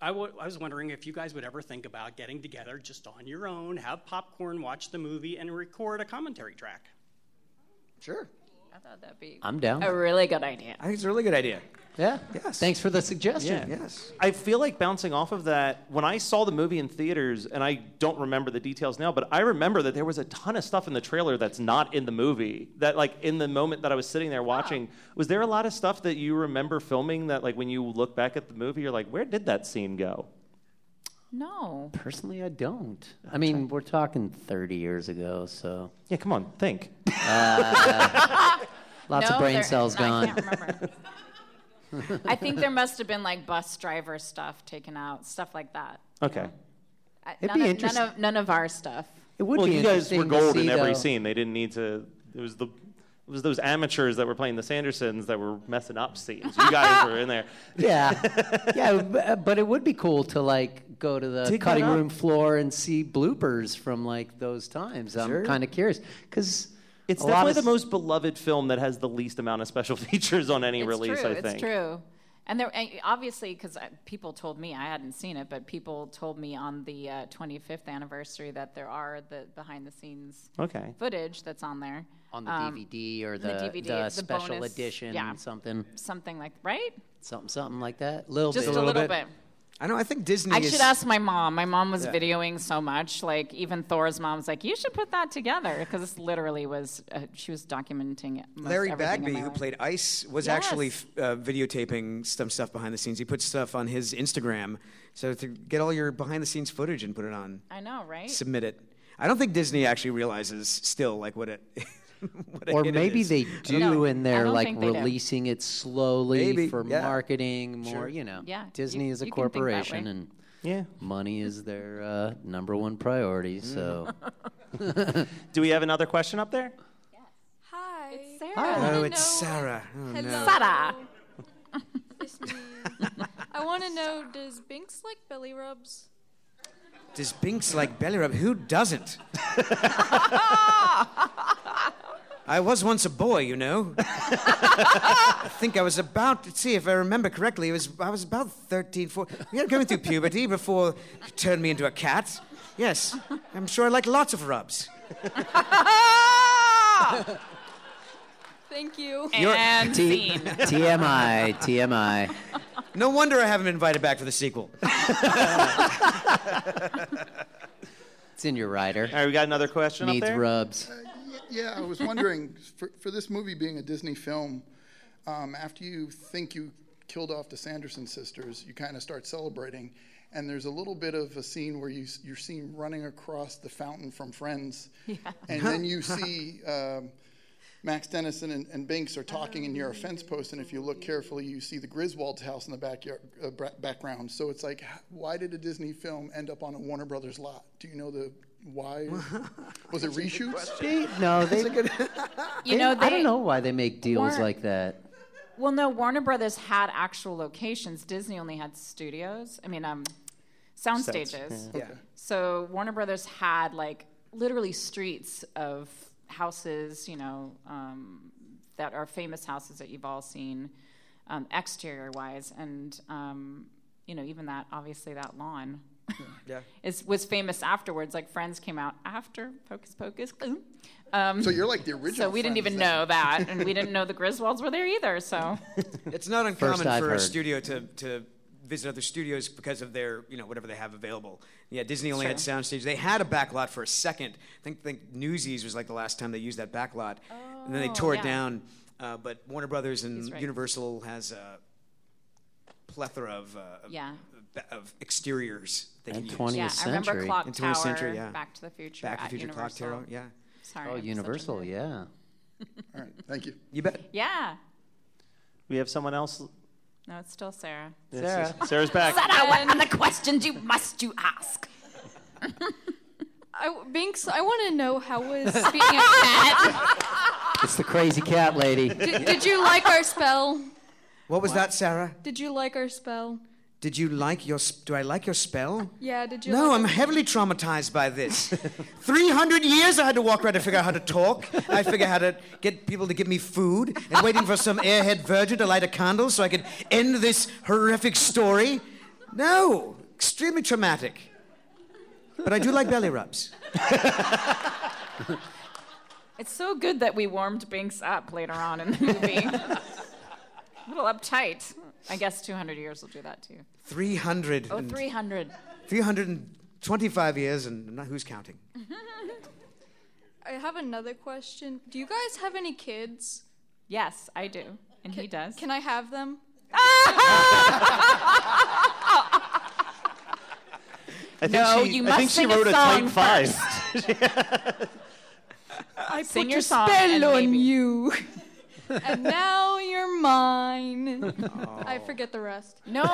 Speaker 7: I wa- I was wondering if you guys would ever think about getting together just on your own, have popcorn, watch the movie, and record a commentary track.
Speaker 6: Sure.
Speaker 3: I thought that'd be
Speaker 4: I'm down.
Speaker 3: a really good idea.
Speaker 6: I think it's a really good idea.
Speaker 4: Yeah.
Speaker 6: Yes.
Speaker 4: Thanks for the suggestion.
Speaker 6: Yes.
Speaker 1: I feel like bouncing off of that, when I saw the movie in theaters, and I don't remember the details now, but I remember that there was a ton of stuff in the trailer that's not in the movie. That, like, in the moment that I was sitting there watching, was there a lot of stuff that you remember filming that, like, when you look back at the movie, you're like, where did that scene go?
Speaker 3: No.
Speaker 4: Personally, I don't. I mean, we're talking 30 years ago, so.
Speaker 1: Yeah, come on, think. [LAUGHS]
Speaker 3: [LAUGHS]
Speaker 4: Uh, lots
Speaker 3: No,
Speaker 4: of brain
Speaker 3: there-
Speaker 4: cells
Speaker 3: I
Speaker 4: gone.
Speaker 3: can't
Speaker 4: [LAUGHS]
Speaker 3: I think there must have been like bus driver stuff taken out, stuff like that.
Speaker 1: Okay.
Speaker 3: I-
Speaker 4: It'd
Speaker 3: none
Speaker 4: be
Speaker 3: of,
Speaker 4: interest-
Speaker 3: None of, none of our stuff.
Speaker 4: It would
Speaker 1: well,
Speaker 4: be
Speaker 1: you guys were
Speaker 4: interesting to
Speaker 1: gold
Speaker 4: see,
Speaker 1: in every
Speaker 4: though.
Speaker 1: scene. They didn't need to. It was the it was those amateurs that were playing the Sandersons that were messing up scenes. You guys were in there.
Speaker 4: Yeah, yeah, b- uh, but it would be cool to like go to the
Speaker 1: Dig that
Speaker 4: cutting
Speaker 1: up.
Speaker 4: room floor and see bloopers from like those times.
Speaker 1: Sure.
Speaker 4: I'm kind of curious because
Speaker 1: It's
Speaker 4: a lot
Speaker 1: definitely
Speaker 4: of
Speaker 1: the most beloved film that has the least amount of special [LAUGHS] features on any release.
Speaker 3: True,
Speaker 1: I think.
Speaker 3: it's true. And there, and obviously, because people told me I hadn't seen it, but people told me on the uh, 25th anniversary that there are the behind-the-scenes
Speaker 4: Okay.
Speaker 3: footage that's on there
Speaker 4: on the
Speaker 3: Um,
Speaker 4: DVD or
Speaker 3: on
Speaker 4: the,
Speaker 3: DVD,
Speaker 4: the
Speaker 3: the
Speaker 4: special
Speaker 3: bonus,
Speaker 4: edition,
Speaker 3: yeah,
Speaker 4: something,
Speaker 3: something like right.
Speaker 4: something, something like that. Little
Speaker 3: Just
Speaker 4: bit,
Speaker 3: a little bit.
Speaker 6: I know. I think Disney.
Speaker 3: I
Speaker 6: is,
Speaker 3: should ask my mom. My mom was
Speaker 6: Yeah.
Speaker 3: videoing so much, like even Thor's mom was like, "You should put that together," because this literally was uh, she was documenting. Most
Speaker 6: Larry
Speaker 3: everything in
Speaker 6: Bagby,
Speaker 3: my
Speaker 6: who
Speaker 3: life.
Speaker 6: played Ice, was
Speaker 3: Yes.
Speaker 6: actually f- uh, videotaping some stuff behind the scenes. He put stuff on his Instagram. So to get all your behind the scenes footage and put it on,
Speaker 3: I know, right?
Speaker 6: submit it. I don't think Disney actually realizes still like what it. [LAUGHS] what a
Speaker 4: or
Speaker 6: hit it
Speaker 4: maybe
Speaker 6: is.
Speaker 4: they do, and
Speaker 6: I
Speaker 4: they're
Speaker 6: don't
Speaker 4: like
Speaker 6: think they do.
Speaker 4: releasing it slowly
Speaker 6: Maybe,
Speaker 4: for
Speaker 6: yeah.
Speaker 4: marketing. More,
Speaker 6: Sure.
Speaker 4: you know,
Speaker 6: Yeah,
Speaker 4: Disney
Speaker 6: you-
Speaker 4: is a
Speaker 6: you can think that way.
Speaker 4: corporation, and
Speaker 1: Yeah.
Speaker 4: money is their uh, number one priority. So,
Speaker 1: Mm. [LAUGHS]
Speaker 4: [LAUGHS]
Speaker 1: do we have another question up there?
Speaker 9: Hi. It's Sarah.
Speaker 6: Oh, it's Sarah. Oh, no.
Speaker 9: It's me. I want to know does Binks like belly rubs?
Speaker 6: Does Binks like belly rub? Who
Speaker 4: [LAUGHS]
Speaker 6: doesn't? I was once a boy, you know. I think I was about, let's see if I remember correctly, it was, I was about 13, 14. We are going through puberty before you turned me into a cat. Yes, I'm sure I like lots of rubs.
Speaker 9: Thank you.
Speaker 4: T- TMI, TMI.
Speaker 6: No wonder I haven't been invited back for the sequel.
Speaker 4: it's in your rider.
Speaker 1: All right, we got another question up
Speaker 4: Needs
Speaker 1: there?
Speaker 4: rubs.
Speaker 10: Yeah, I was wondering for, for this movie being a Disney film, um, after you think you killed off the Sanderson sisters, you kind of start celebrating. And there's a little bit of a scene where you, s- you're seen running across the fountain from Friends. And
Speaker 11: Uh-huh.
Speaker 10: then you see um, Max Dennison and, and Binks are talking and near a fence post. And if you look carefully, you see the Griswold's house in the backyard, uh, bra- background. So it's like, h- why did a Disney film end up on a Warner Brothers lot? Do you know the why? Was it reshoots?
Speaker 4: They- no, they. [LAUGHS]
Speaker 3: You know,
Speaker 4: I
Speaker 3: they-
Speaker 4: don't know why they make deals
Speaker 3: Warren-
Speaker 4: like that.
Speaker 3: Well, no, Warner Brothers had actual locations. Disney only had studios. I mean, um, sound
Speaker 4: Sets,
Speaker 3: stages.
Speaker 4: yeah. Yeah.
Speaker 3: So Warner Brothers had like literally streets of houses, you know, um, that are famous houses that you've all seen, um, exterior wise, and um, you know, even that obviously that lawn.
Speaker 10: Yeah.
Speaker 3: [LAUGHS] Is, was famous afterwards. Like Friends came out after Pocus Pocus. Um,
Speaker 10: So you're like the
Speaker 3: So
Speaker 10: original
Speaker 3: we didn't
Speaker 10: Friends
Speaker 3: even
Speaker 10: then.
Speaker 3: know that, and
Speaker 10: [LAUGHS]
Speaker 3: we didn't know the Griswolds were there either. So
Speaker 6: It's not
Speaker 4: First
Speaker 6: uncommon
Speaker 4: I've
Speaker 6: for
Speaker 4: heard.
Speaker 6: a studio to, to visit other studios because of their, you know, whatever they have available. Yeah, Disney only had
Speaker 4: Sure.
Speaker 6: soundstage. They had a backlot for a second. I think, think Newsies was like the last time they used that backlot. and then they
Speaker 4: Oh,
Speaker 6: tore
Speaker 4: yeah.
Speaker 6: it down. Uh, but Warner Brothers and
Speaker 4: He's right.
Speaker 6: Universal has a plethora of, uh, of-
Speaker 3: Yeah.
Speaker 6: of, ba- of exteriors they
Speaker 4: And
Speaker 6: can
Speaker 4: 20th
Speaker 6: use.
Speaker 4: Yeah, I remember century. Clock
Speaker 6: And 20th
Speaker 4: Tower,
Speaker 6: century, yeah.
Speaker 3: Back to the Future
Speaker 6: Back to the
Speaker 3: at
Speaker 6: Future Clock Tower,
Speaker 3: Universal.
Speaker 6: yeah.
Speaker 3: Sorry.
Speaker 4: Oh,
Speaker 3: I'm such a
Speaker 4: Universal, yeah.
Speaker 10: All right, thank you.
Speaker 6: You bet.
Speaker 3: Yeah.
Speaker 1: We have someone else.
Speaker 3: No, it's still Sarah.
Speaker 1: This is- [LAUGHS] Sarah's back.
Speaker 3: Sarah, what are the questions you must you ask?
Speaker 9: I, Binks, I want to know
Speaker 1: [LAUGHS]
Speaker 9: how was speaking of cat.
Speaker 4: [LAUGHS] It's the crazy cat lady.
Speaker 9: Did, did you like our spell?
Speaker 6: What was that, Sarah?
Speaker 9: Did you like our spell?
Speaker 6: Did you like your? sp- Do I like your spell?
Speaker 9: Yeah, did you?
Speaker 6: No,
Speaker 9: like
Speaker 6: I'm
Speaker 9: our-
Speaker 6: heavily traumatized by this. 300 years I had to walk around to figure out how to talk. I figure out how to get people to give me food and waiting for some airhead virgin to light a candle so I could end this horrific story. No, extremely traumatic. But I do like belly rubs.
Speaker 3: It's so good that we warmed Binks up later on in the [LAUGHS] movie. a little uptight. I guess 200 years will do that too.
Speaker 6: 300
Speaker 3: Oh,
Speaker 6: and
Speaker 3: 300.
Speaker 6: 325 years and not- who's counting?
Speaker 9: [LAUGHS] I have another question. Do you guys have any kids?
Speaker 3: Yes, I do. And he does.
Speaker 9: Can I have them?
Speaker 1: I think
Speaker 3: No,
Speaker 1: she,
Speaker 3: you
Speaker 1: I
Speaker 3: must
Speaker 1: think she
Speaker 3: sing a
Speaker 1: wrote a
Speaker 3: song
Speaker 1: type five. [LAUGHS]
Speaker 9: I
Speaker 3: Sing
Speaker 9: put
Speaker 3: your
Speaker 9: a
Speaker 3: song and
Speaker 9: spell on
Speaker 3: maybe- [LAUGHS]
Speaker 9: you, and now you're mine.
Speaker 3: Oh.
Speaker 9: I forget the [LAUGHS] rest.
Speaker 3: No.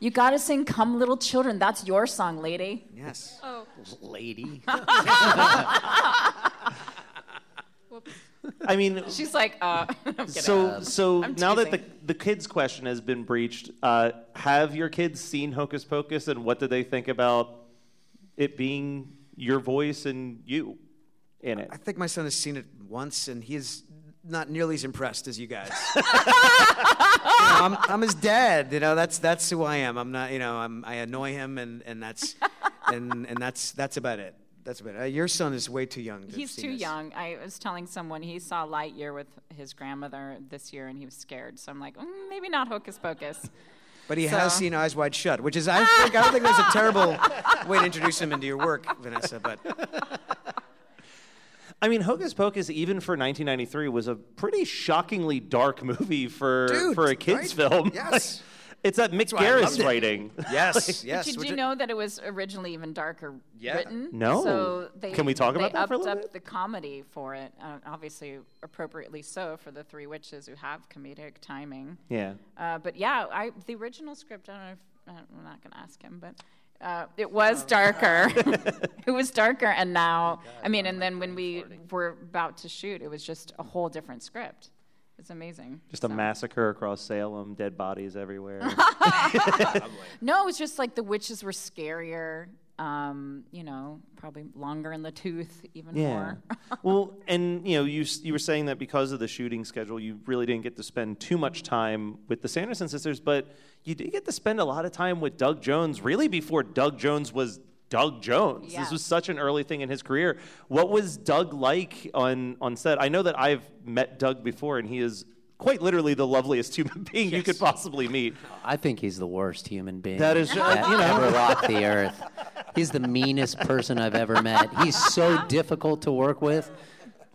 Speaker 3: you gotta sing "Come, Little Children." That's your song, lady.
Speaker 4: Yes.
Speaker 9: Oh.
Speaker 6: [LAUGHS]
Speaker 4: Lady. [LAUGHS]
Speaker 1: I mean,
Speaker 3: She's like, uh, [LAUGHS] I'm kidding.
Speaker 1: so so
Speaker 3: I'm
Speaker 1: now that the
Speaker 3: teasing.
Speaker 1: the kids question has been breached, uh, have your kids seen Hocus Pocus, and what do they think about it being your voice and you in it?
Speaker 6: I think my son has seen it once, and he is not nearly as impressed as you
Speaker 1: [LAUGHS]
Speaker 6: guys. You know, I'm, I'm his dad. You know, that's that's who I am. I'm not. You know, I'm, I annoy him, and, and that's and and that's that's about it. That's about it. Uh, your son is way too young. To have
Speaker 3: He's
Speaker 6: seen
Speaker 3: too
Speaker 6: this.
Speaker 3: young. I was telling someone he saw Lightyear with his grandmother this year, and he was scared. So I'm like, mm, maybe not Hocus Pocus.
Speaker 6: But he has
Speaker 3: So-
Speaker 6: seen Eyes Wide Shut, which is I think I don't think that's a terrible way to introduce him into your work, Vanessa. But
Speaker 1: I mean, Hocus Pocus, even for 1993, was a pretty shockingly dark movie for for a kids
Speaker 6: right?
Speaker 1: film. [LAUGHS]
Speaker 6: Yes.
Speaker 1: it's that Mick
Speaker 6: why I loved
Speaker 1: Garris
Speaker 6: it.
Speaker 1: writing.
Speaker 6: Yes,
Speaker 1: [LAUGHS] Like-
Speaker 3: Did you know that it was originally even darker written?
Speaker 1: No.
Speaker 3: So they,
Speaker 1: Can we talk
Speaker 3: they
Speaker 1: about that for a
Speaker 3: upped
Speaker 1: little
Speaker 3: up the comedy for it, uh, obviously appropriately so for the three witches who have comedic timing.
Speaker 1: Yeah.
Speaker 3: Uh, but yeah, I the original script. I don't know. If, uh, I'm not going to ask him, but uh, it was darker. it was darker, and now I mean, and then when we were about to shoot, it was just a whole different script. It's amazing.
Speaker 1: Just a massacre across Salem, dead bodies everywhere.
Speaker 6: [LAUGHS]
Speaker 3: No, it was just like the witches were scarier. Um, you know, probably longer in the tooth, even
Speaker 1: yeah.
Speaker 3: more. [LAUGHS]
Speaker 1: well, and you know, you s- you were saying that because of the shooting schedule, you really didn't get to spend too much time with the Sanderson sisters, but you did get to spend a lot of time with Doug Jones. Really, before Doug Jones was Doug Jones,
Speaker 3: Yeah.
Speaker 1: this was such an early thing in his career. What was Doug like on on set? I know that I've met Doug before, and he is quite literally the loveliest human [LAUGHS] being you could possibly meet.
Speaker 4: I think he's the worst human being
Speaker 1: That is-
Speaker 4: that
Speaker 1: you know. [LAUGHS]
Speaker 4: ever walked the earth. He's the meanest person I've ever met. He's so difficult to work with.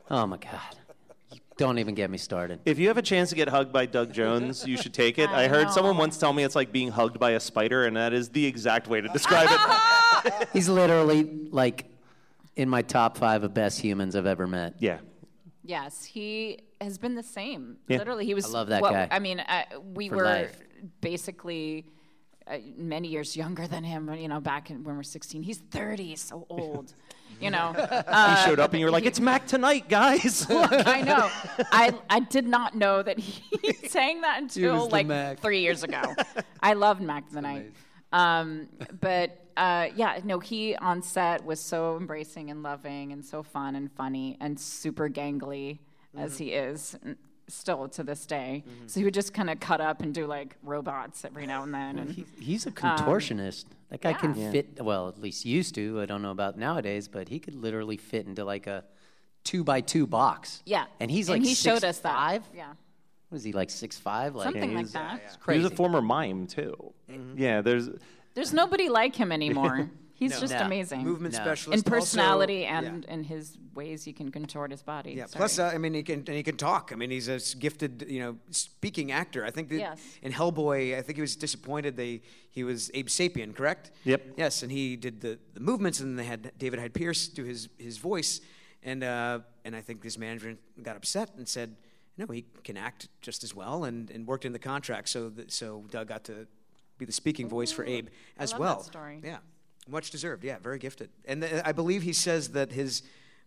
Speaker 4: Oh my God. Don't even get me started.
Speaker 1: If you have a chance to get hugged by Doug Jones, you should take it. I,
Speaker 4: I
Speaker 1: heard
Speaker 4: know.
Speaker 1: someone once tell me it's like being hugged by a spider, and that is the exact way to describe it.
Speaker 4: He's literally like in my top five of best humans I've ever met.
Speaker 1: Yeah.
Speaker 3: Yes, he has been the same.
Speaker 4: Yeah.
Speaker 3: Literally, he was.
Speaker 4: I love that
Speaker 3: what-
Speaker 4: guy.
Speaker 3: I mean, uh, we
Speaker 4: For
Speaker 3: were
Speaker 4: life.
Speaker 3: basically uh, many years younger than him. You know, back in, when we are 16, he's 30, so
Speaker 1: [LAUGHS]
Speaker 3: old. you know,
Speaker 1: he showed up, and you were like, "It's Mac tonight, guys."
Speaker 3: [LAUGHS] Look, I know. I I did not know that he [LAUGHS] sang that
Speaker 1: was
Speaker 3: until
Speaker 1: the
Speaker 3: like
Speaker 1: Mac.
Speaker 3: three years ago. I loved Mac the Night. Um, but uh, yeah, no, he on set was so embracing and loving and so fun and funny and super gangly as he is n- still to this day. So he would just kind of cut up and do like robots every now and then. And
Speaker 4: He's a
Speaker 3: um,
Speaker 4: contortionist. that guy can
Speaker 3: yeah. Yeah.
Speaker 4: fit, well, at least used to. I don't know about nowadays, but he could literally fit into like a two by two box.
Speaker 3: yeah,
Speaker 4: And he's like
Speaker 3: he showed
Speaker 4: six-
Speaker 3: us that. Five? Yeah.
Speaker 4: Was he like six five? Like
Speaker 3: Something like
Speaker 4: he's-
Speaker 3: that. Yeah, yeah.
Speaker 4: It's
Speaker 1: He was
Speaker 4: crazy.
Speaker 1: a former mime too. Yeah, there's
Speaker 3: There's nobody like him anymore.
Speaker 1: [LAUGHS]
Speaker 3: He's
Speaker 1: No.
Speaker 3: just
Speaker 1: No.
Speaker 3: amazing.
Speaker 1: Movement No.
Speaker 6: specialist
Speaker 3: In personality
Speaker 6: also-
Speaker 3: and in his ways you can contort his body.
Speaker 6: Yeah.
Speaker 3: Sorry.
Speaker 6: Plus, uh, I mean, he can and he can talk. I mean, he's a s- gifted, you know, speaking actor. I think that
Speaker 3: Yes.
Speaker 6: in Hellboy, I think he was disappointed they he was Abe Sapien, correct?
Speaker 1: Yep.
Speaker 6: Yes, and he did the, the movements, and they had David Hyde Pierce do his his voice, and uh, and I think his management got upset and said, no, he can act just as well, and, and worked in the contract, so that so Doug got to be the speaking voice for Abe
Speaker 3: I
Speaker 6: as
Speaker 3: love
Speaker 6: well.
Speaker 3: That story.
Speaker 6: Yeah, much deserved. Yeah, very gifted. And th- I believe he says that his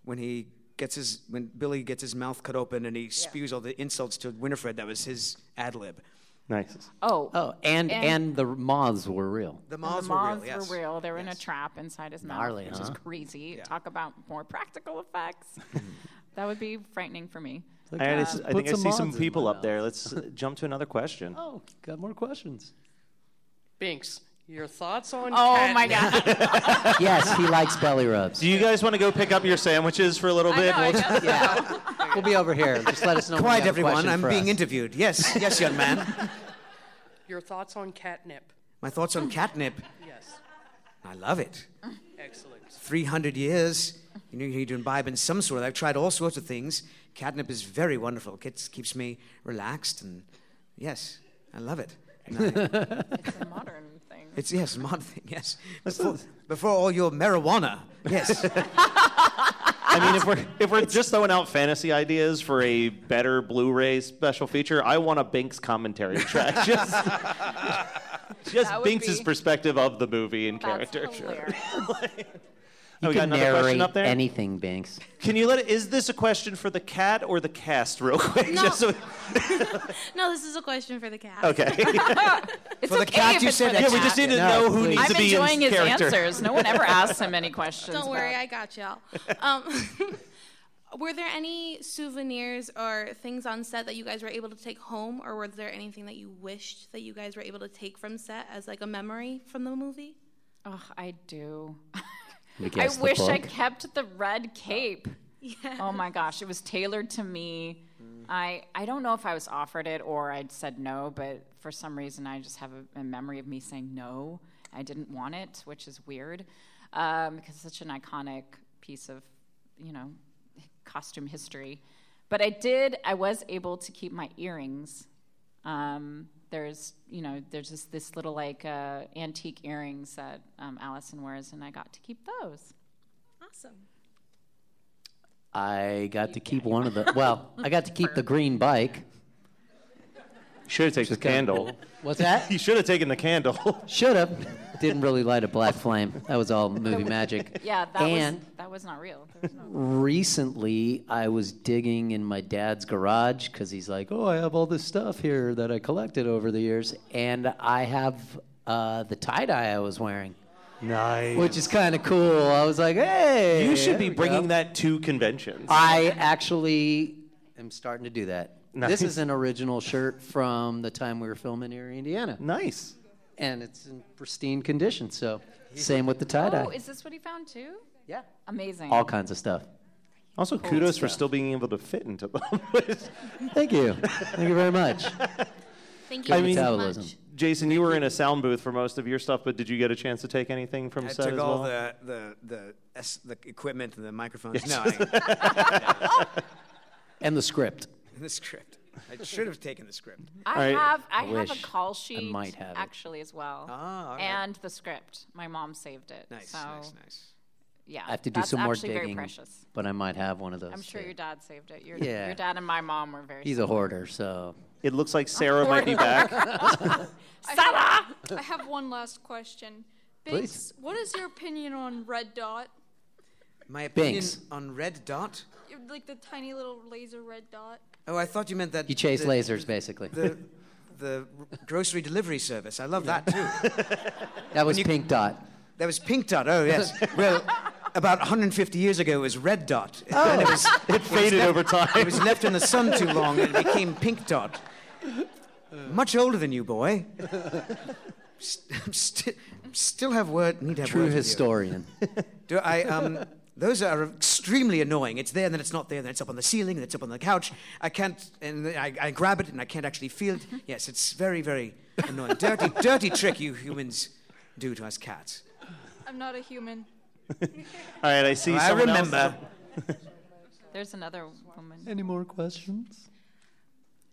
Speaker 6: when he gets his when Billy gets his mouth cut open and he spews all the insults to Winifred, that was his ad lib.
Speaker 1: Nice. Oh,
Speaker 3: Oh.
Speaker 4: Oh, and, and the moths were real.
Speaker 6: The
Speaker 3: And
Speaker 6: moths
Speaker 3: the
Speaker 6: were real,
Speaker 3: moths
Speaker 6: yes.
Speaker 3: were real. They were in a trap inside his mouth,
Speaker 4: Gnarly,
Speaker 3: which is
Speaker 4: huh?
Speaker 3: crazy. Talk about more practical
Speaker 6: [LAUGHS]
Speaker 3: effects. that would be frightening for me.
Speaker 1: I, I s- I
Speaker 4: put
Speaker 1: think I
Speaker 4: some
Speaker 1: see some
Speaker 4: mods in my
Speaker 1: people up there.
Speaker 4: [LAUGHS]
Speaker 1: Let's jump to another question.
Speaker 4: Oh, got more questions.
Speaker 12: Binks, your thoughts on?
Speaker 3: Oh my
Speaker 12: catnip?
Speaker 4: [LAUGHS] yes, he likes belly rubs.
Speaker 1: Do you guys want to go pick up your sandwiches for a little bit? We'll- [LAUGHS]
Speaker 4: We'll be over here. Just let us know. when you
Speaker 6: Quiet,
Speaker 4: have a
Speaker 6: everyone.
Speaker 4: question
Speaker 6: I'm
Speaker 4: for
Speaker 6: being
Speaker 4: us.
Speaker 6: interviewed. Yes, yes, young man.
Speaker 12: [LAUGHS] Your thoughts on catnip?
Speaker 6: My thoughts on catnip.
Speaker 12: Yes.
Speaker 6: I love it.
Speaker 12: Excellent.
Speaker 6: 300 years. You know, you need to imbibe in some sort. I've tried all sorts of things. Catnip is very wonderful. It gets- keeps me relaxed, and yes, I love it. And I-
Speaker 3: It's a modern thing.
Speaker 6: It's yes, mod thing.
Speaker 4: [LAUGHS]
Speaker 6: Yes, before, before all your marijuana. Yes.
Speaker 1: I mean, if we're if we're just throwing out fantasy ideas for a better Blu-ray special feature, I want a Binks commentary track. [LAUGHS] Just, just
Speaker 13: That would
Speaker 1: Binks's
Speaker 13: be-
Speaker 1: perspective of the movie and character. [LAUGHS]
Speaker 4: You
Speaker 1: we got
Speaker 4: can
Speaker 1: another question
Speaker 4: narrate
Speaker 1: up there?
Speaker 4: anything, Banks.
Speaker 1: Can you let it? Is this a question for the cat or the cast, real quick?
Speaker 13: No.
Speaker 1: Just so-
Speaker 13: No, this is a question for the cat.
Speaker 1: Okay.
Speaker 13: [LAUGHS] It's
Speaker 1: For the
Speaker 13: okay
Speaker 1: cat,
Speaker 13: if
Speaker 1: you
Speaker 13: it's
Speaker 1: said
Speaker 13: for the
Speaker 1: Yeah, we just
Speaker 13: cat.
Speaker 1: need to No, know who please. needs
Speaker 3: I'm
Speaker 1: to be in
Speaker 3: enjoying his
Speaker 1: character.
Speaker 3: answers.
Speaker 1: [LAUGHS]
Speaker 3: No one ever asks him any questions.
Speaker 13: Don't worry,
Speaker 3: about-
Speaker 13: I got y'all. [LAUGHS] Um, were there any souvenirs or things on set that you guys were able to take home, or was there anything that you wished that you guys were able to take from set as like a memory from the movie?
Speaker 3: Oh, I do.
Speaker 13: me
Speaker 3: [LAUGHS] I
Speaker 13: guess, the
Speaker 3: wish I
Speaker 13: book?
Speaker 3: kept the red cape. Oh my gosh, it was tailored to me. I I don't know if I was offered it or I said no, but for some reason I just have a, a memory of me saying no. I didn't want it, which is weird, um, because it's such an iconic piece of, you know, costume history. But I did. I was able to keep my earrings. Um, there's, you know, there's just this little like uh, antique earrings that um, Allison wears, and I got to keep those.
Speaker 13: Awesome.
Speaker 4: I got to keep one of the.
Speaker 3: [LAUGHS]
Speaker 4: Well, I got to keep the green bike.
Speaker 1: Should have taken the candle.
Speaker 4: [LAUGHS] What's that?
Speaker 1: you should have taken
Speaker 4: [LAUGHS]
Speaker 1: the candle.
Speaker 4: Should have. Didn't really light a black flame. That was
Speaker 3: [LAUGHS]
Speaker 4: all movie magic.
Speaker 3: Yeah, that
Speaker 4: and
Speaker 3: was that was not real.
Speaker 4: recently, I was digging in my dad's garage because he's like, "Oh, I have all this stuff here that I collected over the years, and I have uh, the tie dye I was wearing."
Speaker 8: Nice.
Speaker 4: Which is kind of cool. I was like, "Hey,
Speaker 1: you should be
Speaker 4: there we
Speaker 1: bringing
Speaker 4: go."
Speaker 1: that to conventions.
Speaker 4: I actually am starting to do that.
Speaker 1: Nice.
Speaker 4: This is an original shirt from the time we were filming here in Indiana.
Speaker 1: Nice.
Speaker 4: And it's in pristine condition. So, same with the tie dye.
Speaker 3: Oh, is this what he found too?
Speaker 4: Yeah.
Speaker 3: Amazing.
Speaker 4: All kinds of stuff.
Speaker 1: Also, kudos for still being able to fit into them.
Speaker 4: Thank
Speaker 1: [LAUGHS]
Speaker 4: you. Thank you very much.
Speaker 13: Thank
Speaker 4: you I so mean- much.
Speaker 1: Jason, you were in a sound booth for most of your stuff, but did you get a chance to take anything from
Speaker 6: I
Speaker 1: set
Speaker 6: took
Speaker 1: as
Speaker 6: all
Speaker 1: well?
Speaker 6: the the the, S, the equipment and the microphones.
Speaker 1: Yes.
Speaker 6: No,
Speaker 4: [LAUGHS]
Speaker 6: I,
Speaker 3: [LAUGHS]
Speaker 4: And the script.
Speaker 6: [LAUGHS] the script. I should have taken the script.
Speaker 3: I have I, have a
Speaker 4: wish
Speaker 3: call
Speaker 4: I
Speaker 3: sheet
Speaker 4: might have it.
Speaker 3: actually as well.
Speaker 6: Ah, right.
Speaker 3: And the script. My mom saved it.
Speaker 6: Nice,
Speaker 3: so,
Speaker 6: nice, nice.
Speaker 3: Yeah.
Speaker 4: I have to do
Speaker 3: that's
Speaker 4: some more
Speaker 3: actually Very
Speaker 4: digging,
Speaker 3: precious.
Speaker 4: but I might have one of those.
Speaker 3: I'm sure your dad saved it. Your,
Speaker 4: Yeah.
Speaker 3: your dad and my mom were very.
Speaker 4: He's a hoarder, so.
Speaker 1: It looks like Sarah might be back.
Speaker 9: Sarah! I have one last question.
Speaker 6: Please.
Speaker 9: Binks, what is your opinion on Red Dot?
Speaker 6: My opinion
Speaker 4: Binks.
Speaker 6: on red dot.
Speaker 9: Like the tiny little laser red dot?
Speaker 6: Oh, I thought you meant that.
Speaker 4: You [LAUGHS] chase
Speaker 6: the-
Speaker 4: lasers, basically. [LAUGHS]
Speaker 6: The, the r- grocery delivery service. I love that too.
Speaker 4: [LAUGHS] That
Speaker 6: When
Speaker 4: was
Speaker 6: you-
Speaker 4: Pink Dot.
Speaker 6: That was pink dot. Oh
Speaker 4: [LAUGHS]
Speaker 6: yes. Well, about 150 years ago, it was red dot. And
Speaker 4: [LAUGHS] Oh.
Speaker 6: then it, was,
Speaker 1: It
Speaker 6: was
Speaker 1: faded
Speaker 6: left-
Speaker 1: over time.
Speaker 6: It was left in the sun too long, and it became pink
Speaker 4: [LAUGHS]
Speaker 6: dot. Much older than you, boy. [LAUGHS] St- [LAUGHS] I'm sti- still have word. Need to have
Speaker 4: True
Speaker 6: words with you.
Speaker 4: historian.
Speaker 6: Do I? Um, those are extremely annoying. It's there, and then it's not there, then it's up on the ceiling, then it's up on the couch. I can't, and I, I grab it, and I can't actually feel it. Yes, it's very, very annoying. dirty, dirty trick you humans do to us cats.
Speaker 9: I'm not a human.
Speaker 1: All right, I see.
Speaker 6: Oh, I
Speaker 1: someone else.
Speaker 6: remember.
Speaker 3: There's another woman.
Speaker 4: [LAUGHS] Any more questions?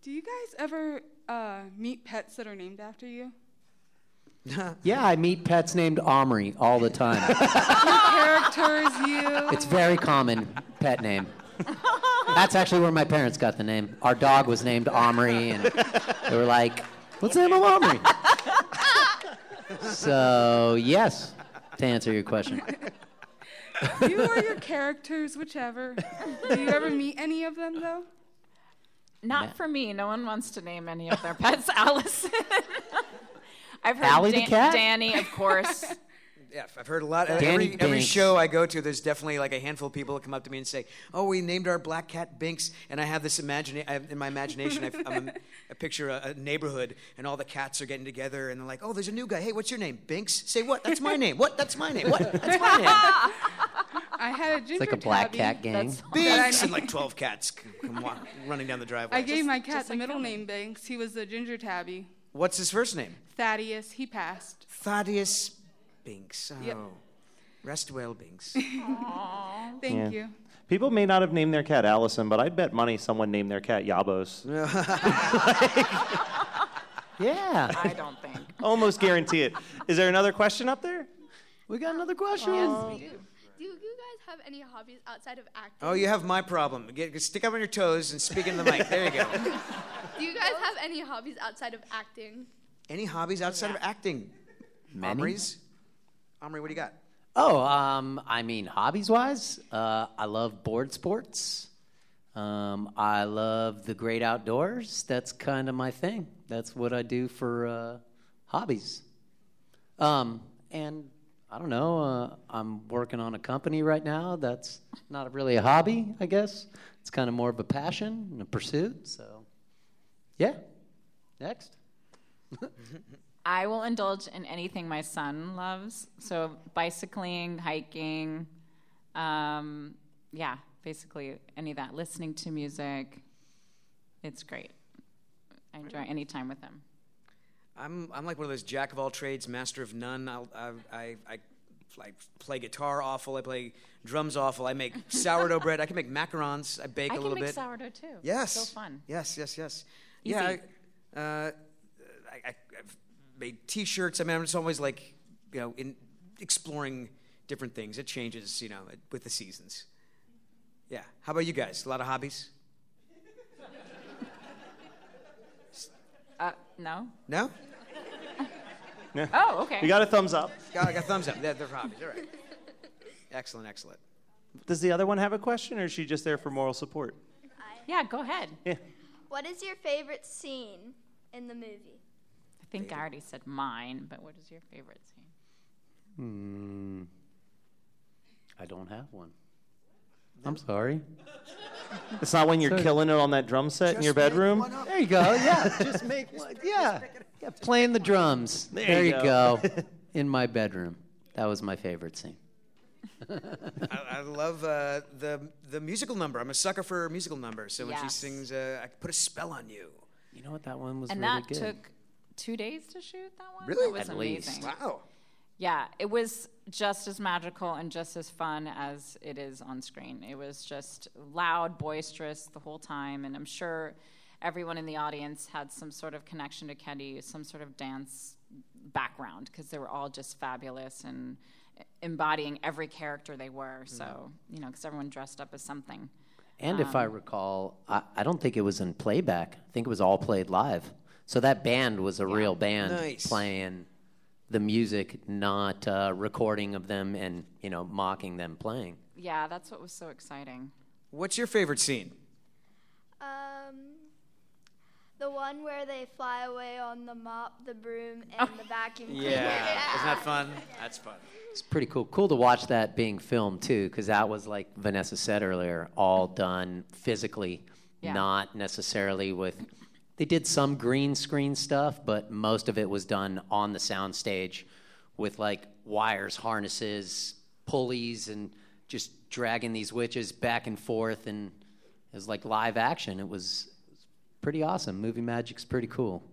Speaker 14: Do you guys ever uh, meet pets that are named after you?
Speaker 4: [LAUGHS]
Speaker 14: [LAUGHS]
Speaker 4: Yeah, I meet pets named Omri all the [LAUGHS] time.
Speaker 14: characters you.
Speaker 6: [LAUGHS]
Speaker 4: it's very common pet name. That's actually where my parents got the name. Our dog was named Omri, and they were like, "What's the name of Omri?" so yes, to answer your question,
Speaker 14: you or your characters, whichever. Do you ever meet any of them though?
Speaker 3: [LAUGHS] Not
Speaker 14: Ma-
Speaker 3: for me. No one wants to name any of their pets. [LAUGHS] Allison. [LAUGHS] I've heard
Speaker 6: Allie the
Speaker 3: Dan-
Speaker 6: cat?
Speaker 3: Danny, of course.
Speaker 4: [LAUGHS]
Speaker 6: Yeah, I've heard a lot.
Speaker 3: Danny
Speaker 6: every, every
Speaker 4: Binks.
Speaker 6: show I go to, there's definitely like a handful of people that come up to me and say, "Oh, we named our black cat Binks," and I have this imagine I have, in my imagination. I've, I'm a, I picture a, a neighborhood, and all the cats are getting together, and they're like, "Oh, there's a new guy. Hey, what's your name? Binks? Say what? That's my name. What? That's my name. What? That's
Speaker 14: [LAUGHS]
Speaker 6: my name."
Speaker 14: I had a ginger
Speaker 6: It's like a black
Speaker 14: tabby
Speaker 6: cat
Speaker 4: gang.
Speaker 6: Binks
Speaker 14: that I-
Speaker 6: and like twelve cats c- come wa- running down the driveway. [LAUGHS]
Speaker 14: I gave my cat the middle name Banks. He was a ginger tabby.
Speaker 6: What's his first name?
Speaker 14: Thaddeus. He passed.
Speaker 6: Thaddeus Binks. Oh,
Speaker 14: Yep.
Speaker 6: rest well, Binks.
Speaker 14: [LAUGHS] Thank
Speaker 1: Yeah.
Speaker 14: you.
Speaker 1: People may not have named their
Speaker 6: [LAUGHS]
Speaker 1: cat [LAUGHS] Allison, but I bet money someone named their cat Yabos.
Speaker 4: Yeah.
Speaker 3: I don't think.
Speaker 1: Almost guarantee it. Is there another question up there?
Speaker 4: We got another question.
Speaker 15: Oh.
Speaker 9: Yes, we do. Do you guys have any hobbies outside of acting?
Speaker 6: Oh, you have my problem. Get, stick up on your toes and speak into the mic. There you go.
Speaker 9: Do you guys have any hobbies outside of acting?
Speaker 6: Any hobbies outside of acting?
Speaker 4: Many?
Speaker 6: Omri's? Omri, what do you got?
Speaker 4: Oh, um, I mean, hobbies wise, uh, I love board sports. Um, I love the great outdoors. That's kind of my thing. That's what I do for uh, hobbies. Um, and I don't know, uh, I'm working on a company right now that's not really a hobby, I guess. It's kind of more of a passion and a pursuit. So, yeah. Next.
Speaker 3: I will indulge in anything my son loves. So bicycling, hiking, um, yeah, basically any of that. Listening to music, it's great. I enjoy any time with him.
Speaker 6: I'm I'm like one of those jack of all trades, master of none. I'll, I I I I play guitar awful. I play drums awful. I
Speaker 3: [LAUGHS]
Speaker 6: make sourdough bread. I can make macarons. I bake
Speaker 3: I
Speaker 6: a
Speaker 3: can
Speaker 6: little
Speaker 3: make
Speaker 6: bit.
Speaker 3: sourdough too.
Speaker 6: Yes.
Speaker 3: It's so fun.
Speaker 6: Yes, yes, yes.
Speaker 3: Easy.
Speaker 6: Yeah. I, uh, I, I, I've made T-shirts. I mean, I'm just always like, you know, in exploring different things. It changes, you know, with the seasons. Yeah. How about you guys? A lot of hobbies?
Speaker 3: Uh, no.
Speaker 6: No?
Speaker 1: No.
Speaker 3: Oh, okay.
Speaker 1: You got a thumbs up.
Speaker 6: Got, got thumbs up. They're, they're hobbies. All right. Excellent, excellent.
Speaker 1: Does the other one have a question, or is she just there for moral support?
Speaker 3: Yeah, go ahead.
Speaker 16: What is your favorite scene in the movie?
Speaker 3: I think I already said mine, but what is your favorite scene?
Speaker 4: Hmm. I don't have one. I'm sorry.
Speaker 1: It's not when you're
Speaker 4: Sorry.
Speaker 1: killing it on that drum set in your bedroom.
Speaker 4: [LAUGHS] There you go. Yeah. Just make one. Yeah. Yeah. Playing the drums.
Speaker 1: There
Speaker 4: There,
Speaker 1: you
Speaker 4: you
Speaker 1: go.
Speaker 4: go.
Speaker 6: [LAUGHS]
Speaker 4: In my bedroom. That was my favorite scene.
Speaker 6: I, I love uh, the the musical number. I'm a sucker for musical numbers. So when she
Speaker 3: Yes.
Speaker 6: sings, uh, I put a spell on you.
Speaker 4: You know what? That one was
Speaker 3: and
Speaker 4: really
Speaker 3: that
Speaker 4: good.
Speaker 3: took two days to shoot that one.
Speaker 4: Really?
Speaker 3: It was
Speaker 4: At least.
Speaker 3: amazing.
Speaker 6: Wow.
Speaker 3: Yeah, it was just as magical and just as fun as it is on screen. It was just loud, boisterous the whole time, and I'm sure everyone in the audience had some sort of connection to Kendi, some sort of dance background, because they were all just fabulous and embodying every character they were. So,
Speaker 4: Mm-hmm.
Speaker 3: you know, because everyone dressed up as something.
Speaker 4: And if I
Speaker 3: Um,
Speaker 4: recall, I, I don't think it was in playback. I think it was all played live. So that band was a real band
Speaker 6: Nice.
Speaker 4: playing the music, not uh, recording of them and you know mocking them playing.
Speaker 3: yeah, that's what was so exciting.
Speaker 6: What's your favorite scene?
Speaker 16: Um, the one where they fly away on the mop, the broom, and
Speaker 3: Oh.
Speaker 16: the vacuum cleaner.
Speaker 3: [LAUGHS]
Speaker 6: Isn't that fun? That's fun.
Speaker 4: It's pretty cool. Cool to watch that being filmed too, because that was like Vanessa said earlier, all done physically,
Speaker 3: Yeah.
Speaker 4: not necessarily with. They did some green screen stuff, but most of it was done on the soundstage with like wires, harnesses, pulleys, and just dragging these witches back and forth. And it was like live action. It was, it was pretty awesome. Movie magic's pretty cool.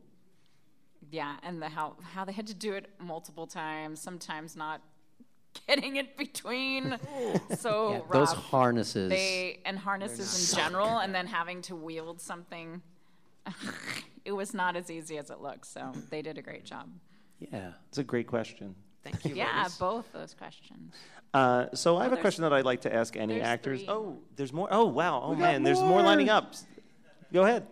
Speaker 3: Yeah, and the how how they had to do it multiple times, sometimes not [LAUGHS] getting
Speaker 4: [LAUGHS]
Speaker 3: it between. so
Speaker 4: Yeah, those
Speaker 3: rough.
Speaker 4: harnesses,
Speaker 3: they and harnesses in
Speaker 4: not-
Speaker 3: general, and then having to wield something. [LAUGHS] it was not as easy as it looks. So they did a great job.
Speaker 4: Yeah,
Speaker 1: it's a great question.
Speaker 3: Thank you. Yeah, both those questions.
Speaker 1: Uh, so I have a
Speaker 3: Oh, there's-
Speaker 1: question that I'd like to ask any
Speaker 3: there's
Speaker 1: actors.
Speaker 3: three.
Speaker 1: Oh, there's more. Oh wow. Oh
Speaker 3: We got
Speaker 1: man, there's more lining
Speaker 3: more.
Speaker 1: up. Go ahead.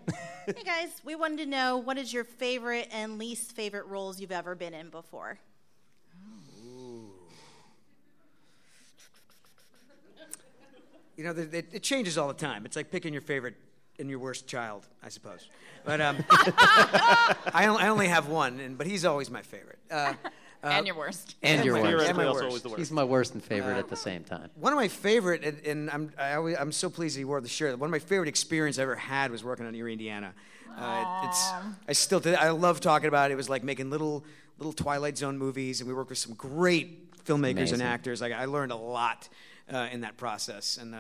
Speaker 11: hey guys, we wanted to know what is your favorite and least favorite roles you've ever been in before?
Speaker 6: You know, th- it, it changes all the time. It's like picking your favorite and your worst child, I suppose. But um, [LAUGHS] I, on- I only have one, and, but he's always my favorite. Uh, uh,
Speaker 3: And your worst.
Speaker 4: and your
Speaker 6: my-
Speaker 4: worst.
Speaker 6: and my
Speaker 4: He's my worst and favorite at the same time.
Speaker 6: One of my favorite, and, and I'm, I always, I'm so pleased he wore the shirt. One of my favorite experience I ever had was working on Erie, Indiana. Uh, it- it's, I still did. I love talking about it. It was like making little, little Twilight Zone movies, and we worked with some great filmmakers
Speaker 4: Amazing.
Speaker 6: and actors. Like I learned a lot uh, in that process, and uh,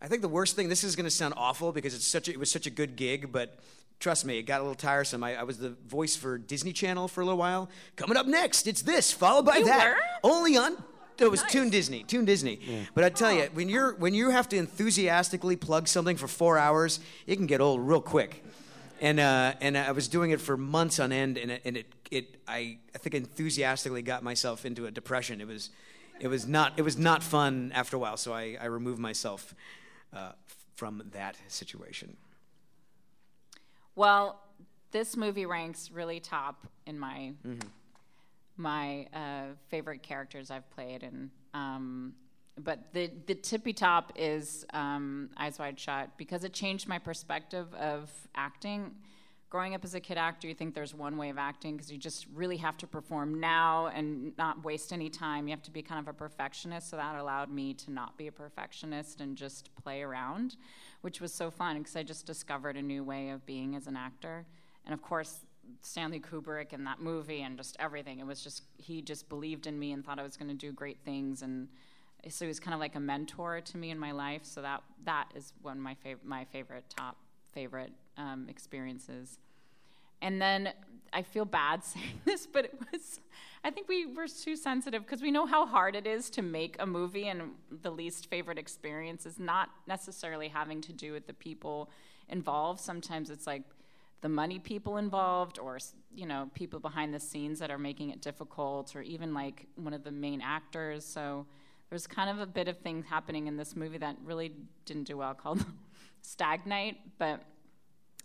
Speaker 6: I think the worst thing. This is going to sound awful because it's such. A, it was such a good gig, but trust me, it got a little tiresome. I, I was the voice for Disney Channel for a little while. Coming up next, it's this, followed by
Speaker 4: You
Speaker 6: that.
Speaker 4: were?
Speaker 6: Only on. It was Toon Disney, Toon Disney. But I tell you, when you're when you have to enthusiastically plug something for four hours, it can get old real quick. and uh, and I was doing it for months on end, and it, and it it I I think enthusiastically got myself into a depression. It was it was not it was not fun after a while, so I I removed myself uh, from that situation.
Speaker 3: Well, this movie ranks really top in my
Speaker 6: Mhm.
Speaker 3: my uh, favorite characters I've played, and um, but the the tippy top is um, Eyes Wide Shut because it changed my perspective of acting. Growing up as a kid actor, you think there's one way of acting because you just really have to perform now and not waste any time. You have to be kind of a perfectionist, so that allowed me to not be a perfectionist and just play around, which was so fun because I just discovered a new way of being as an actor. And of course, Stanley Kubrick and that movie and just everything. It was just he just believed in me and thought I was going to do great things, and so he was kind of like a mentor to me in my life. So that that is one of my fav- my favorite top favorite um, experiences. And then I feel bad [LAUGHS] saying this, but it was I think we were too sensitive because we know how hard it is to make a movie, and the least favorite experience is not necessarily having to do with the people involved. Sometimes it's like the money people involved or s- you know people behind the scenes that are making it difficult or even like one of the main actors so there's kind of a bit of things happening in this movie that really didn't do well called [LAUGHS] stag night but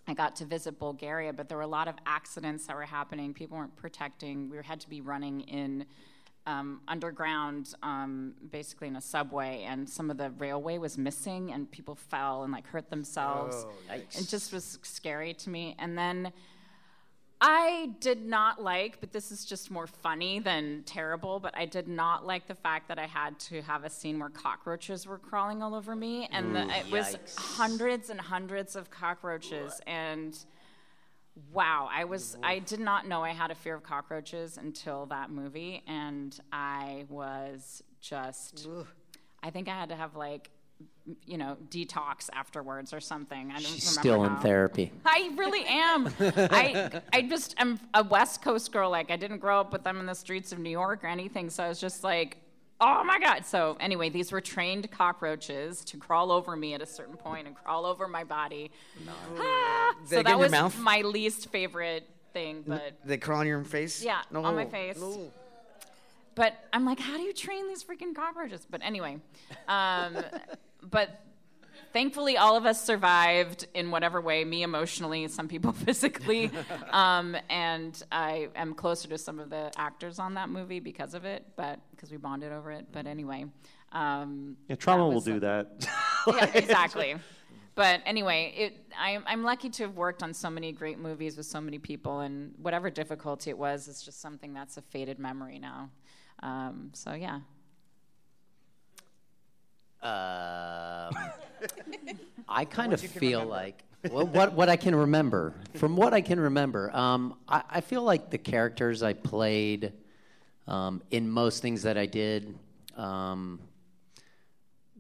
Speaker 3: I got to visit Bulgaria, but there were a lot of accidents that were happening. People weren't protecting. We had to be running in um, underground, um, basically in a subway, and some of the railway was missing, and people fell and like hurt themselves.
Speaker 5: Oh,
Speaker 3: it just was scary to me. And then I did not like, but this is just more funny than terrible, but I did not like the fact that I had to have a scene where cockroaches were crawling all over me. And the,
Speaker 5: Ooh,
Speaker 3: it was
Speaker 5: yikes.
Speaker 3: hundreds and hundreds of cockroaches. And wow, I was, I did not know I had a fear of cockroaches until that movie. And I was just, I think I had to have like, m- you know, detox afterwards or something. I don't
Speaker 4: She's
Speaker 3: remember
Speaker 4: still in
Speaker 3: how.
Speaker 4: therapy.
Speaker 3: I really am. I I just am a West Coast girl. Like I didn't grow up with them in the streets of New York or anything. So I was just like, oh my god. So anyway, these were trained cockroaches to crawl over me at a certain point and crawl over my body. Ah!
Speaker 6: Did they
Speaker 3: so
Speaker 6: get in
Speaker 3: that
Speaker 6: your
Speaker 3: was
Speaker 6: mouth?
Speaker 3: my least favorite thing. But
Speaker 6: they crawl on your face.
Speaker 3: yeah,
Speaker 6: No.
Speaker 3: on my face. But I'm like, how do you train these freaking cockroaches? But anyway,
Speaker 6: [LAUGHS]
Speaker 3: um, but thankfully, all of us survived in whatever way me emotionally, some people [LAUGHS] physically. Um, and I am closer to some of the actors on that movie because of it, but because we bonded over it. But anyway, um,
Speaker 8: Yeah, trauma will do that.
Speaker 3: yeah, exactly. But anyway, it, I'm, I'm lucky to have worked on so many great movies with so many people, and whatever difficulty it was, it's just something that's a faded memory now. Um, so yeah,
Speaker 5: [LAUGHS]
Speaker 4: Um, I kind
Speaker 5: What
Speaker 4: of
Speaker 5: you can
Speaker 4: feel
Speaker 5: remember.
Speaker 4: like well, what what I can remember from what I can remember. Um, I, I feel like the characters I played um, in most things that I did um,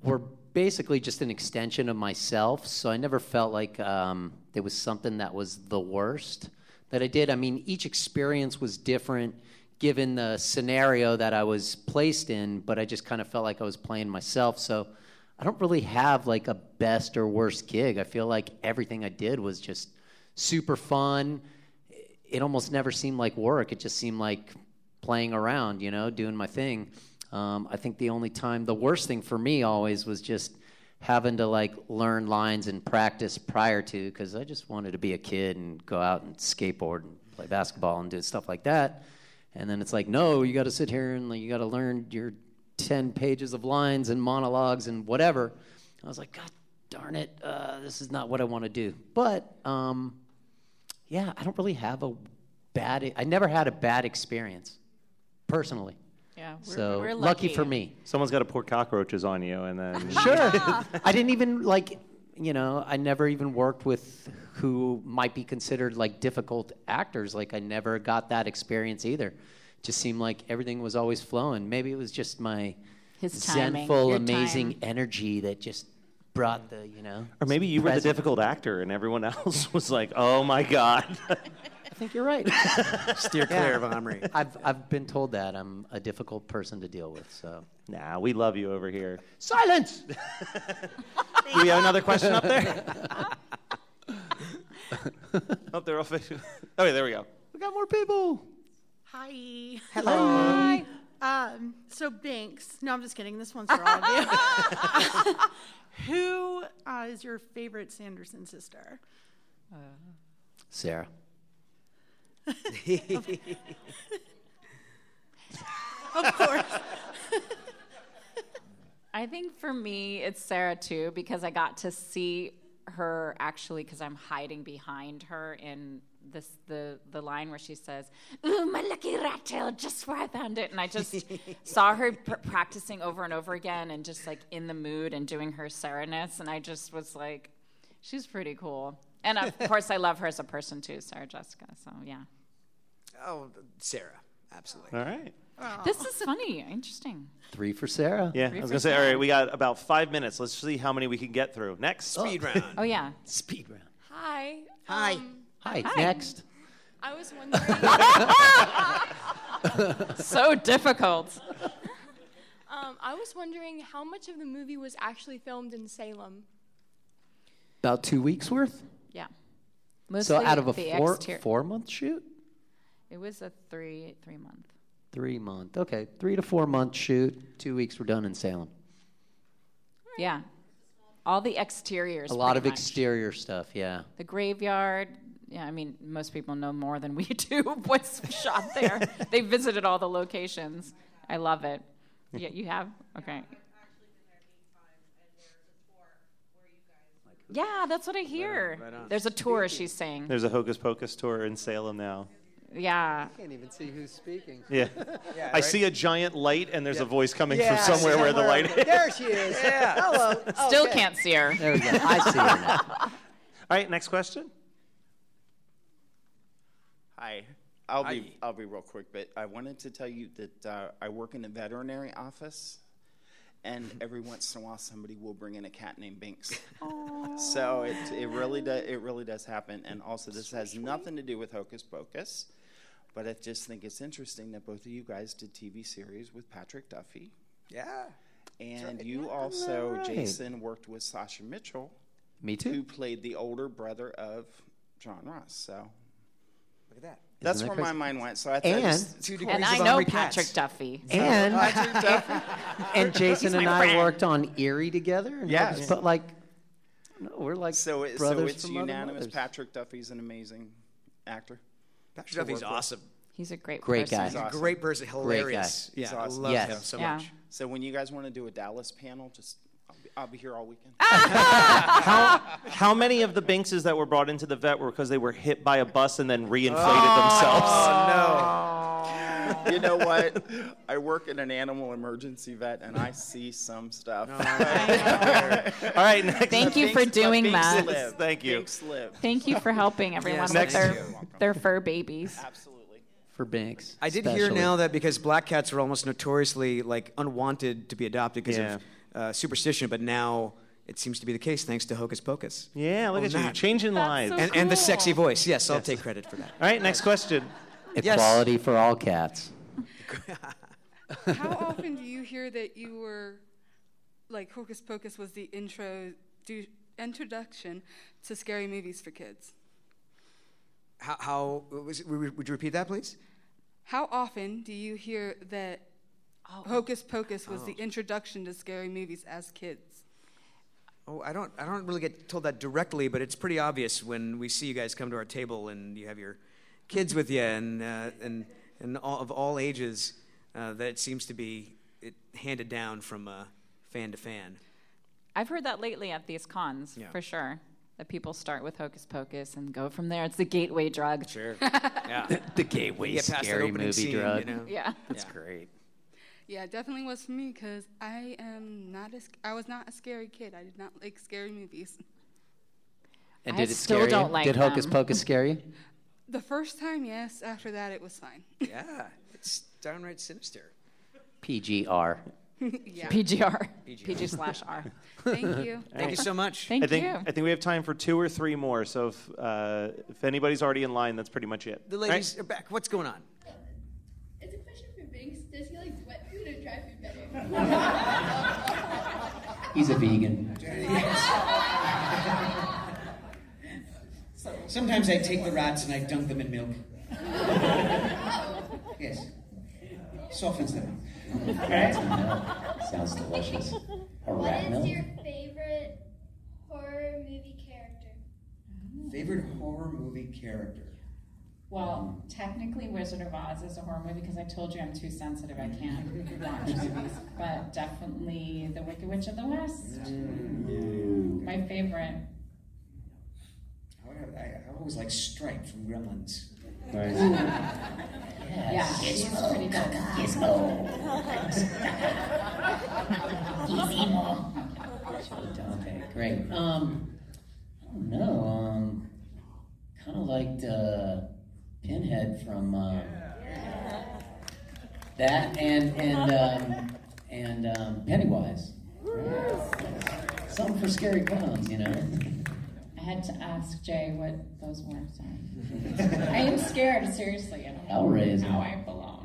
Speaker 4: were basically just an extension of myself. So I never felt like um, there was something that was the worst that I did. I mean, each experience was different given the scenario that I was placed in, but I just kind of felt like I was playing myself. So I don't really have like a best or worst gig. I feel like everything I did was just super fun. It almost never seemed like work. It just seemed like playing around, you know, doing my thing. Um, I think the only time, the worst thing for me always was just having to like learn lines and practice prior to because I just wanted to be a kid and go out and skateboard and play basketball and do stuff like that. And then it's like, no, you got to sit here and like, you got to learn your 10 pages of lines and monologues and whatever. I was like, God darn it, uh, this is not what I want to do. But um, yeah, I don't really have a bad, I never had a bad experience personally.
Speaker 3: yeah. We're,
Speaker 4: So,
Speaker 3: we're
Speaker 4: lucky for me.
Speaker 8: [LAUGHS]
Speaker 4: [LAUGHS]
Speaker 8: Someone's got to pour cockroaches on you, and
Speaker 3: [LAUGHS]
Speaker 8: then [LAUGHS]
Speaker 4: Sure. [LAUGHS] I didn't even like, you know, I never even worked with who might be considered like difficult actors. Like, I never got that experience either. Just seemed like everything was always flowing. Maybe it was just my
Speaker 3: His timing,
Speaker 4: zenful,
Speaker 3: your
Speaker 4: amazing
Speaker 3: time.
Speaker 4: energy that just brought the, you know.
Speaker 8: Or maybe you were the difficult actor, and
Speaker 1: [LAUGHS]
Speaker 8: everyone else was like, "Oh my [LAUGHS] god."
Speaker 4: I think
Speaker 2: [LAUGHS]
Speaker 4: you're right. [LAUGHS]
Speaker 6: Steer clear of Omri.
Speaker 4: I've I've been told that I'm a difficult person to deal with. So
Speaker 8: Nah, we love you over here.
Speaker 1: [LAUGHS]
Speaker 4: silence.
Speaker 3: [LAUGHS]
Speaker 8: Do we have another question up there?
Speaker 1: oh, they're all facing. Okay, there we go.
Speaker 4: We got more people.
Speaker 17: Hi.
Speaker 1: Hello.
Speaker 17: Hi. Um, so Binks. No, I'm just kidding. This one's for all of you. [LAUGHS] Who uh, is your favorite Sanderson sister?
Speaker 4: Sarah.
Speaker 17: Of course.
Speaker 3: [LAUGHS] I think for me, it's Sarah too, because I got to see her actually because I'm hiding behind her in this the the line where she says, "Ooh, my lucky rat tail, just where I found it," and I
Speaker 17: [LAUGHS]
Speaker 3: just saw her pr- practicing over and over again, and just like in the mood and doing her Sarahness, and I just was like, "She's pretty cool." And of
Speaker 17: [LAUGHS]
Speaker 3: course, I love her as a person too, Sarah Jessica. So yeah,
Speaker 6: Oh, Sarah. Absolutely.
Speaker 1: All right.
Speaker 3: this is funny, interesting.
Speaker 4: Three for Sarah.
Speaker 1: Yeah, I was gonna say. All right, we got about five minutes. Let's see how many we can get through. Next
Speaker 4: [LAUGHS] Speed
Speaker 1: round.
Speaker 3: Oh yeah,
Speaker 4: speed round.
Speaker 9: Hi.
Speaker 4: Hi.
Speaker 9: Um,
Speaker 4: Hi. Next.
Speaker 9: I was [LAUGHS] wondering.
Speaker 3: so difficult.
Speaker 9: um, I was wondering how much of the movie was actually filmed in Salem.
Speaker 4: About two weeks worth.
Speaker 3: Yeah.
Speaker 4: so out of a
Speaker 3: the
Speaker 4: four
Speaker 3: exterior-
Speaker 4: four month shoot,
Speaker 3: It was a three three month.
Speaker 4: three month. Okay, three to four month shoot. Two weeks were done in Salem.
Speaker 3: Yeah. All the exteriors.
Speaker 4: a lot
Speaker 3: pretty
Speaker 4: of
Speaker 3: much.
Speaker 4: exterior stuff. Yeah.
Speaker 3: The graveyard. Yeah, I mean, most people know more than we [LAUGHS] do what's shot there. they visited all the locations. I love
Speaker 4: [LAUGHS]
Speaker 3: it. Yeah, you have? Okay. Yeah, that's what I hear.
Speaker 1: right on.
Speaker 3: There's a tour, she's saying.
Speaker 1: There's a Hocus Pocus tour in Salem now.
Speaker 3: Yeah.
Speaker 4: I can't even see who's speaking.
Speaker 1: Yeah.
Speaker 4: [LAUGHS]
Speaker 1: I see a giant light, and there's a voice coming
Speaker 4: Yeah,
Speaker 1: from somewhere where the
Speaker 4: somewhere
Speaker 1: light
Speaker 4: over
Speaker 1: is.
Speaker 4: [LAUGHS] There she
Speaker 1: [LAUGHS]
Speaker 4: is.
Speaker 3: Yeah.
Speaker 4: Hello.
Speaker 3: Still
Speaker 4: Okay.
Speaker 3: can't see her.
Speaker 4: There we go. I see her [LAUGHS] now.
Speaker 1: All right, next question.
Speaker 18: Hi. I'll be I'll be real quick, but I wanted to tell you that uh, I work in a veterinary office, and every once in a while somebody will bring in a cat named Binks. so it it really does it really does happen, and also this has nothing to do with Hocus Pocus, but I just think it's interesting that both of you guys did TV series with Patrick Duffy.
Speaker 6: Yeah.
Speaker 18: And you also,
Speaker 4: right.
Speaker 18: Jason, worked with Sasha Mitchell.
Speaker 4: Me too.
Speaker 18: Who played the older brother of John Ross. So
Speaker 6: Look at that.
Speaker 18: that's
Speaker 4: that
Speaker 18: where
Speaker 4: crazy?
Speaker 18: my mind went. So I
Speaker 4: And-
Speaker 18: thought just
Speaker 4: Two
Speaker 18: cool.
Speaker 4: degrees And I of know Henry Patrick
Speaker 3: Patrick Duffy.
Speaker 18: [LAUGHS]
Speaker 4: And- [LAUGHS]
Speaker 18: Patrick Duffy.
Speaker 4: And Jason and I worked on Erie together. And
Speaker 18: Yes.
Speaker 4: But like, no, we're like
Speaker 18: So, it, so
Speaker 4: brothers
Speaker 18: it's
Speaker 4: from other
Speaker 18: unanimous.
Speaker 4: mothers.
Speaker 18: Patrick Duffy's an amazing actor.
Speaker 6: Patrick Duffy's awesome.
Speaker 3: He's a great,
Speaker 4: Great guy.
Speaker 18: He's
Speaker 4: He's a
Speaker 18: awesome.
Speaker 6: great person, Great guy. hilarious.
Speaker 18: He's
Speaker 6: Yeah, I
Speaker 18: awesome.
Speaker 6: love Yes. him so Yeah. much.
Speaker 18: So when you guys want to do a Dallas panel, just I'll be, I'll be here all weekend.
Speaker 1: How, [LAUGHS] how many of the Binkses that were brought into the vet were because they were hit by a bus and then reinflated
Speaker 4: Oh,
Speaker 1: themselves?
Speaker 18: [LAUGHS] you know what? I work in an animal emergency vet, and I see some stuff. [LAUGHS]
Speaker 1: [LAUGHS] All right, next.
Speaker 3: Thank you for doing that.
Speaker 1: Thank you.
Speaker 3: Thank you for helping everyone
Speaker 18: Yes,
Speaker 3: with
Speaker 18: thank
Speaker 3: their,
Speaker 18: you.
Speaker 3: their fur babies.
Speaker 4: For Banks.
Speaker 6: I did hear
Speaker 4: especially.
Speaker 6: now that because black cats are almost notoriously like unwanted to be adopted because
Speaker 1: Yeah.
Speaker 6: of uh, superstition, but now it seems to be the case thanks to Hocus Pocus.
Speaker 1: Yeah, look
Speaker 6: Oh,
Speaker 1: at you,
Speaker 6: man.
Speaker 1: changing lives.
Speaker 6: and, and the sexy voice. Yes, I'll take credit for that.
Speaker 1: All right, next question.
Speaker 4: Equality for all cats.
Speaker 14: How often do you hear that you were, like, Hocus Pocus was the intro, do, introduction to scary movies for kids?
Speaker 6: How, how was, would would you repeat that, please?
Speaker 14: How often do you hear that Hocus Pocus was the
Speaker 6: Oh.
Speaker 14: introduction to scary movies as kids?
Speaker 6: Oh, I don't, I don't really get told that directly, but it's pretty obvious when we see you guys come to our table and you have your kids with you and, uh, and, and all, of all ages, uh, that it seems to be it handed down from uh, fan to fan.
Speaker 3: I've heard that lately at these cons,
Speaker 6: Yeah.
Speaker 3: for sure. That people start with Hocus Pocus and go from there. It's the gateway drug. [LAUGHS]
Speaker 6: Sure. Yeah.
Speaker 4: [LAUGHS] the gateway
Speaker 6: Yeah, past that
Speaker 4: scary
Speaker 6: opening
Speaker 4: movie
Speaker 6: scene, you
Speaker 4: drug.
Speaker 6: know.
Speaker 3: Yeah.
Speaker 4: That's great.
Speaker 14: Yeah, it definitely was for me because I am not a, sc- I was not a scary kid. I did not like scary movies.
Speaker 4: And
Speaker 3: I
Speaker 4: did it
Speaker 3: still
Speaker 4: scare
Speaker 3: don't
Speaker 4: you?
Speaker 3: like
Speaker 4: Did Hocus
Speaker 3: them. [LAUGHS]
Speaker 4: Pocus scare you?
Speaker 14: The first time, yes. After that, it was fine.
Speaker 6: Yeah, it's downright sinister.
Speaker 4: PGR.
Speaker 14: [LAUGHS]
Speaker 3: [LAUGHS]
Speaker 14: yeah.
Speaker 3: PGR.
Speaker 6: PGR.
Speaker 3: PG slash
Speaker 6: [LAUGHS]
Speaker 3: R.
Speaker 14: Thank you.
Speaker 6: Thank you so much.
Speaker 3: Thank
Speaker 1: I think,
Speaker 3: you.
Speaker 1: I think we have time for two or three more. So if, uh, if anybody's already in line, that's pretty much it.
Speaker 6: The
Speaker 1: All right.
Speaker 6: ladies are back. What's going on?
Speaker 15: It's a question for Binks. Does he like wet food or dry food better?
Speaker 6: [LAUGHS]
Speaker 4: He's a vegan.
Speaker 15: Something
Speaker 6: Sometimes I take the rats and I dunk them in milk. Yes. Softens them. Right?
Speaker 4: [LAUGHS] Sounds delicious. A
Speaker 16: What
Speaker 4: rat
Speaker 16: is
Speaker 4: milk?
Speaker 16: your favorite horror movie character?
Speaker 6: Favorite horror movie character?
Speaker 3: Well, technically, Wizard of Oz is a horror movie because I told you I'm too sensitive. I can't watch movies, but definitely The Wicked Witch of the West. My favorite.
Speaker 6: I, I I always like Stripe from Gremlins.
Speaker 4: Nice.
Speaker 3: Yeah, she's pretty good.
Speaker 4: Great. Um, I don't know. Um, kind of liked uh, Pinhead from um, that, and and um, and um, Pennywise. Something for scary clowns, you know.
Speaker 3: I had to ask Jay what those worms are. I am scared, seriously. I don't know
Speaker 4: Hellraiser.
Speaker 3: how I belong.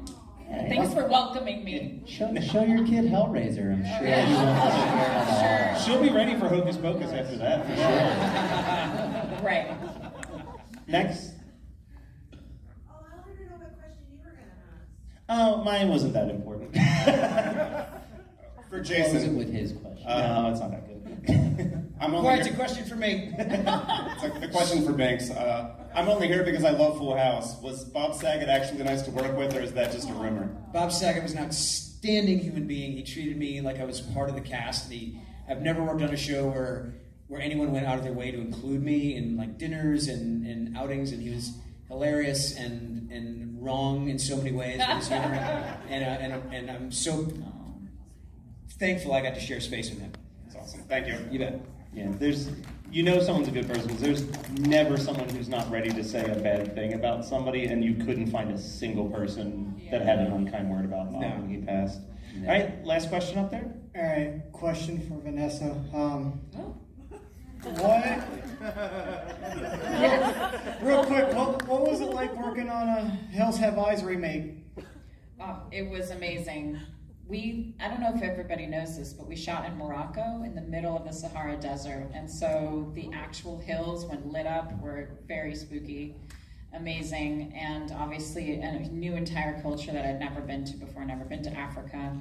Speaker 3: Thanks for welcoming me.
Speaker 4: Show, show your kid Hellraiser. I'm sure. he wants to share it all.
Speaker 1: She'll be ready for Hocus Pocus after that. for sure.
Speaker 6: [LAUGHS]
Speaker 3: Right.
Speaker 1: Next. Oh, mine wasn't that important. [LAUGHS] for Jason.
Speaker 4: Close it with his question.
Speaker 1: Uh, no, it's not that good. [LAUGHS] I'm only
Speaker 6: Why, it's a
Speaker 1: here-
Speaker 6: question for me.
Speaker 1: it's like the question for Banks. Uh, I'm only here because I love Full House. Was Bob Saget actually nice to work with, or is that just a rumor?
Speaker 6: Bob Saget was an outstanding human being. He treated me like I was part of the cast. And he, I've never worked on a show where where anyone went out of their way to include me in like dinners and, and outings. And he was hilarious and and wrong in so many ways. With his humor. and, uh, and I'm- and I'm so thankful I got to share space with him.
Speaker 1: That's awesome. Thank you.
Speaker 6: You bet.
Speaker 1: Yeah, there's, you know, someone's a good person because there's never someone who's not ready to say a bad thing about somebody, and you couldn't find a single person that had an unkind word about Bob when he passed. All right, last question up there.
Speaker 2: All right, question for Vanessa. Um, what?
Speaker 4: [LAUGHS]
Speaker 3: Oh,
Speaker 2: Real quick, what, what was it like working on a Hills Have Eyes remake?
Speaker 3: Oh, it was amazing. We, I don't know if everybody knows this, but we shot in Morocco in the middle of the Sahara Desert. And so the actual hills, when lit up, were very spooky, amazing, and obviously a new entire culture that I'd never been to before, never been to Africa.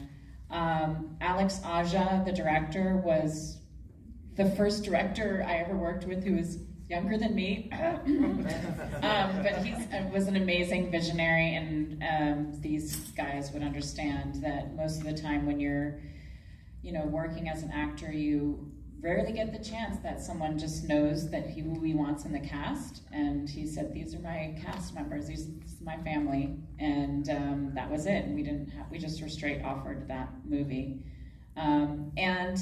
Speaker 3: Um, Alex Aja, the director, was the first director I ever worked with who was younger than me. [COUGHS] um, but he was an amazing visionary, and um, these guys would understand that most of the time when you're, you know, working as an actor, you rarely get the chance that someone just knows that he, who he wants in the cast. And he said, "These are my cast members. These this is my family." And um, that was it. We didn't. Have, we just were straight offered that movie. Um, and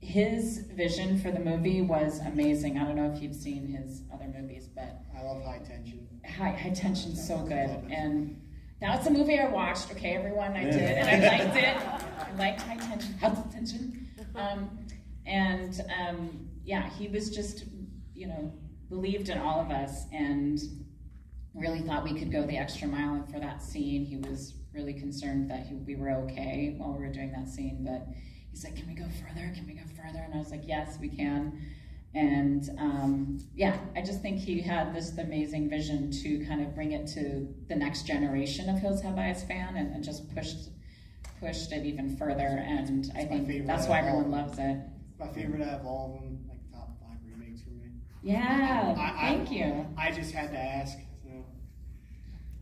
Speaker 3: his vision for the movie was amazing. I don't know if you've seen his other movies, but
Speaker 2: I love High Tension.
Speaker 3: High, high Tension's so good. And now it's a movie I watched. Okay, everyone, I did, and I liked it. I liked High Tension, House Tension. Um, and um, yeah, he was just, you know, believed in all of us and really thought we could go the extra mile. And for that scene, he was really concerned that he, we were okay while we were doing that scene, but he's like, "Can we go further? Can we go further?" And I was like, "Yes, we can." And um, yeah, I just think he had this amazing vision to kind of bring it to the next generation of Hills Have Eyes fan, and, and just pushed pushed it even further. And I think that's why everyone loves it.
Speaker 2: It's my favorite out of all of them, like top five remakes for me.
Speaker 3: Yeah,
Speaker 2: Um, I, I-
Speaker 3: thank you.
Speaker 2: I just had to ask. So.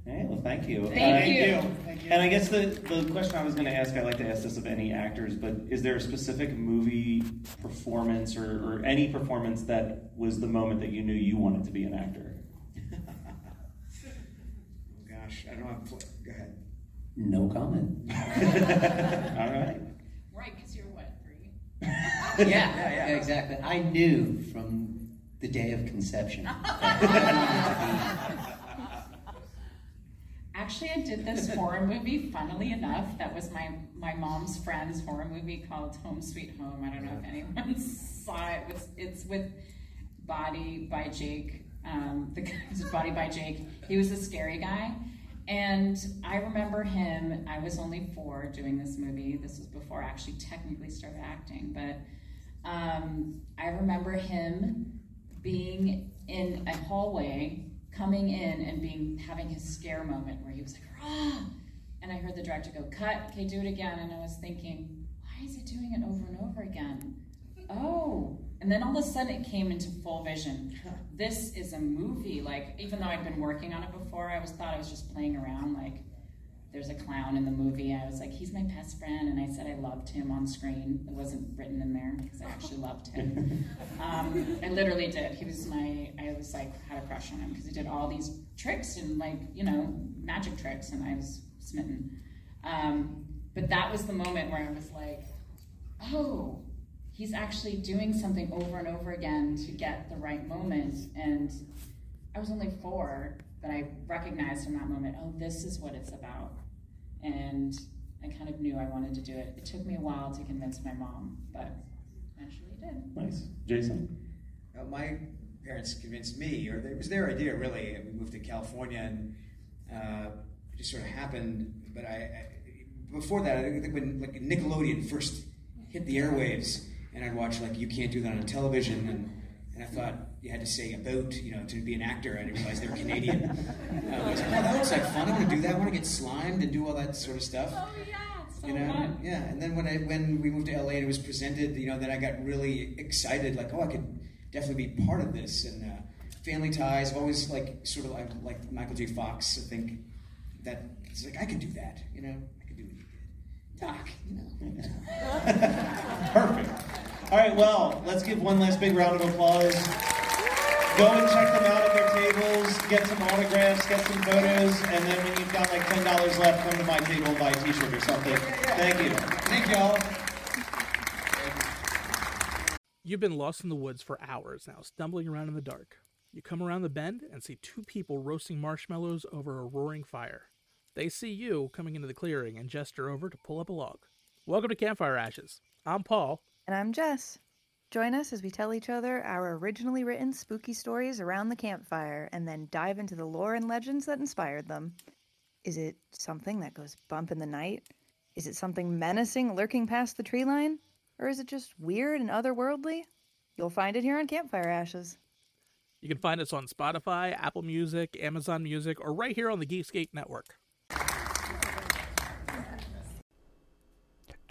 Speaker 1: All right, well, thank you.
Speaker 3: Thank
Speaker 1: Uh,
Speaker 3: you.
Speaker 2: Thank you.
Speaker 1: And I guess the, the question I was going to ask, I like to ask this of any actors, but is there a specific movie performance or, or any performance that was the moment that you knew you wanted to be
Speaker 6: [LAUGHS]
Speaker 1: an actor?
Speaker 6: Oh gosh, I don't have. Pl- go ahead.
Speaker 4: No comment.
Speaker 1: All right.
Speaker 3: Right, because you're what three?
Speaker 4: yeah, [LAUGHS] yeah, exactly. I knew from the day of
Speaker 3: [LAUGHS]
Speaker 4: conception.
Speaker 3: Actually, I did this horror movie. Funnily enough, that was my my mom's friend's horror movie called Home Sweet Home. I don't know if anyone [LAUGHS] saw it. It's, it's with Body by Jake. Um, the guy was Body by Jake. He was a scary guy, and I remember him. I was only four doing this movie. This was before I actually technically started acting, but um, I remember him being in a hallway, coming in and being having his scare moment where he was like, "Ah!" and I heard the director go, "Cut, okay, do it again." And I was thinking, why is he doing it over and over again? Oh. And then all of a sudden it came into full vision. This is a movie. Like, even though I'd been working on it before, I was thought I was just playing around. Like, there's a clown in the movie. I was like, he's my best friend. And I said I loved him on screen. It wasn't written in there because I actually loved him. Um, I literally did. He was my, I was like, had a crush on him because he did all these tricks and like, you know, magic tricks. And I was smitten. Um, but that was the moment where I was like, oh, he's actually doing something over and over again to get the right moment. And I was only four, but I recognized in that moment, oh, this is what it's about. And I kind of knew I wanted to do it. It took me a while to convince my mom, but eventually did.
Speaker 1: Nice. Jason?
Speaker 6: Uh, my parents convinced me, or it was their idea really. We moved to California and uh, it just sort of happened. But I, I before that, I think when like Nickelodeon first hit the airwaves, and I'd watch like You Can't Do That on Television, and, and I thought you had to say a boat, you know, to be an actor. I didn't realize they were Canadian. [LAUGHS] Uh, I was like, oh, that looks like fun. I want to do that. I want to get slimed and do all that sort of stuff.
Speaker 3: Oh yeah, it's so
Speaker 6: you know,
Speaker 3: fun.
Speaker 6: yeah. And then when I when we moved to LA and it was presented, you know, then I got really excited. Like, oh, I could definitely be part of this. And uh, Family Ties. I've always like sort of like like Michael J. Fox. I think that it's like I could do that. You know, I could do what he did. Doc, you know.
Speaker 1: All right, well, let's give one last big round of applause. Go and check them out at their tables, get some autographs, get some photos, and then when you've got like ten dollars left, come to my table and buy a T-shirt or something. Thank you. Thank y'all.
Speaker 19: You've been lost in the woods for hours now, stumbling around in the dark. You come around the bend and see two people roasting marshmallows over a roaring fire. They see you coming into the clearing and gesture over to pull up a log. Welcome to Campfire Ashes. I'm Paul.
Speaker 20: And I'm Jess. Join us as we tell each other our originally written spooky stories around the campfire and then dive into the lore and legends that inspired them. Is it something that goes bump in the night? Is it something menacing lurking past the tree line? Or is it just weird and otherworldly? You'll find it here on Campfire Ashes.
Speaker 19: You can find us on Spotify, Apple Music, Amazon Music, or right here on the Geekscape Network.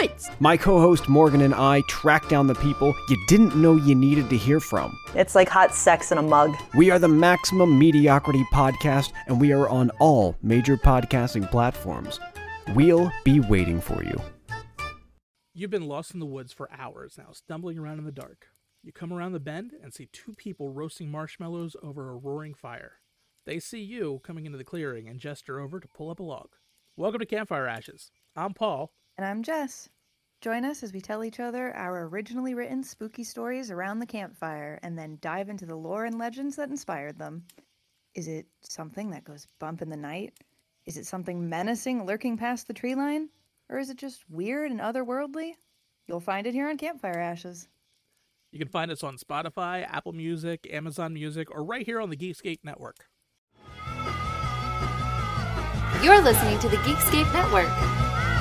Speaker 5: woods?
Speaker 21: My co host Morgan and I track down the people you didn't know you needed to hear from.
Speaker 22: It's like hot sex in a mug.
Speaker 21: We are the Maximum Mediocrity Podcast, and we are on all major podcasting platforms. We'll be waiting for you.
Speaker 19: You've been lost in the woods for hours now, stumbling around in the dark. You come around the bend and see two people roasting marshmallows over a roaring fire. They see you coming into the clearing and gesture over to pull up a log. Welcome to Campfire Ashes. I'm Paul.
Speaker 20: And I'm Jess. Join us as we tell each other our originally written spooky stories around the campfire and then dive into the lore and legends that inspired them. Is it something that goes bump in the night? Is it something menacing lurking past the tree line? Or is it just weird and otherworldly? You'll find it here on Campfire Ashes.
Speaker 19: You can find us on Spotify, Apple Music, Amazon Music, or right here on the Geekscape Network.
Speaker 23: You're listening to the Geekscape Network.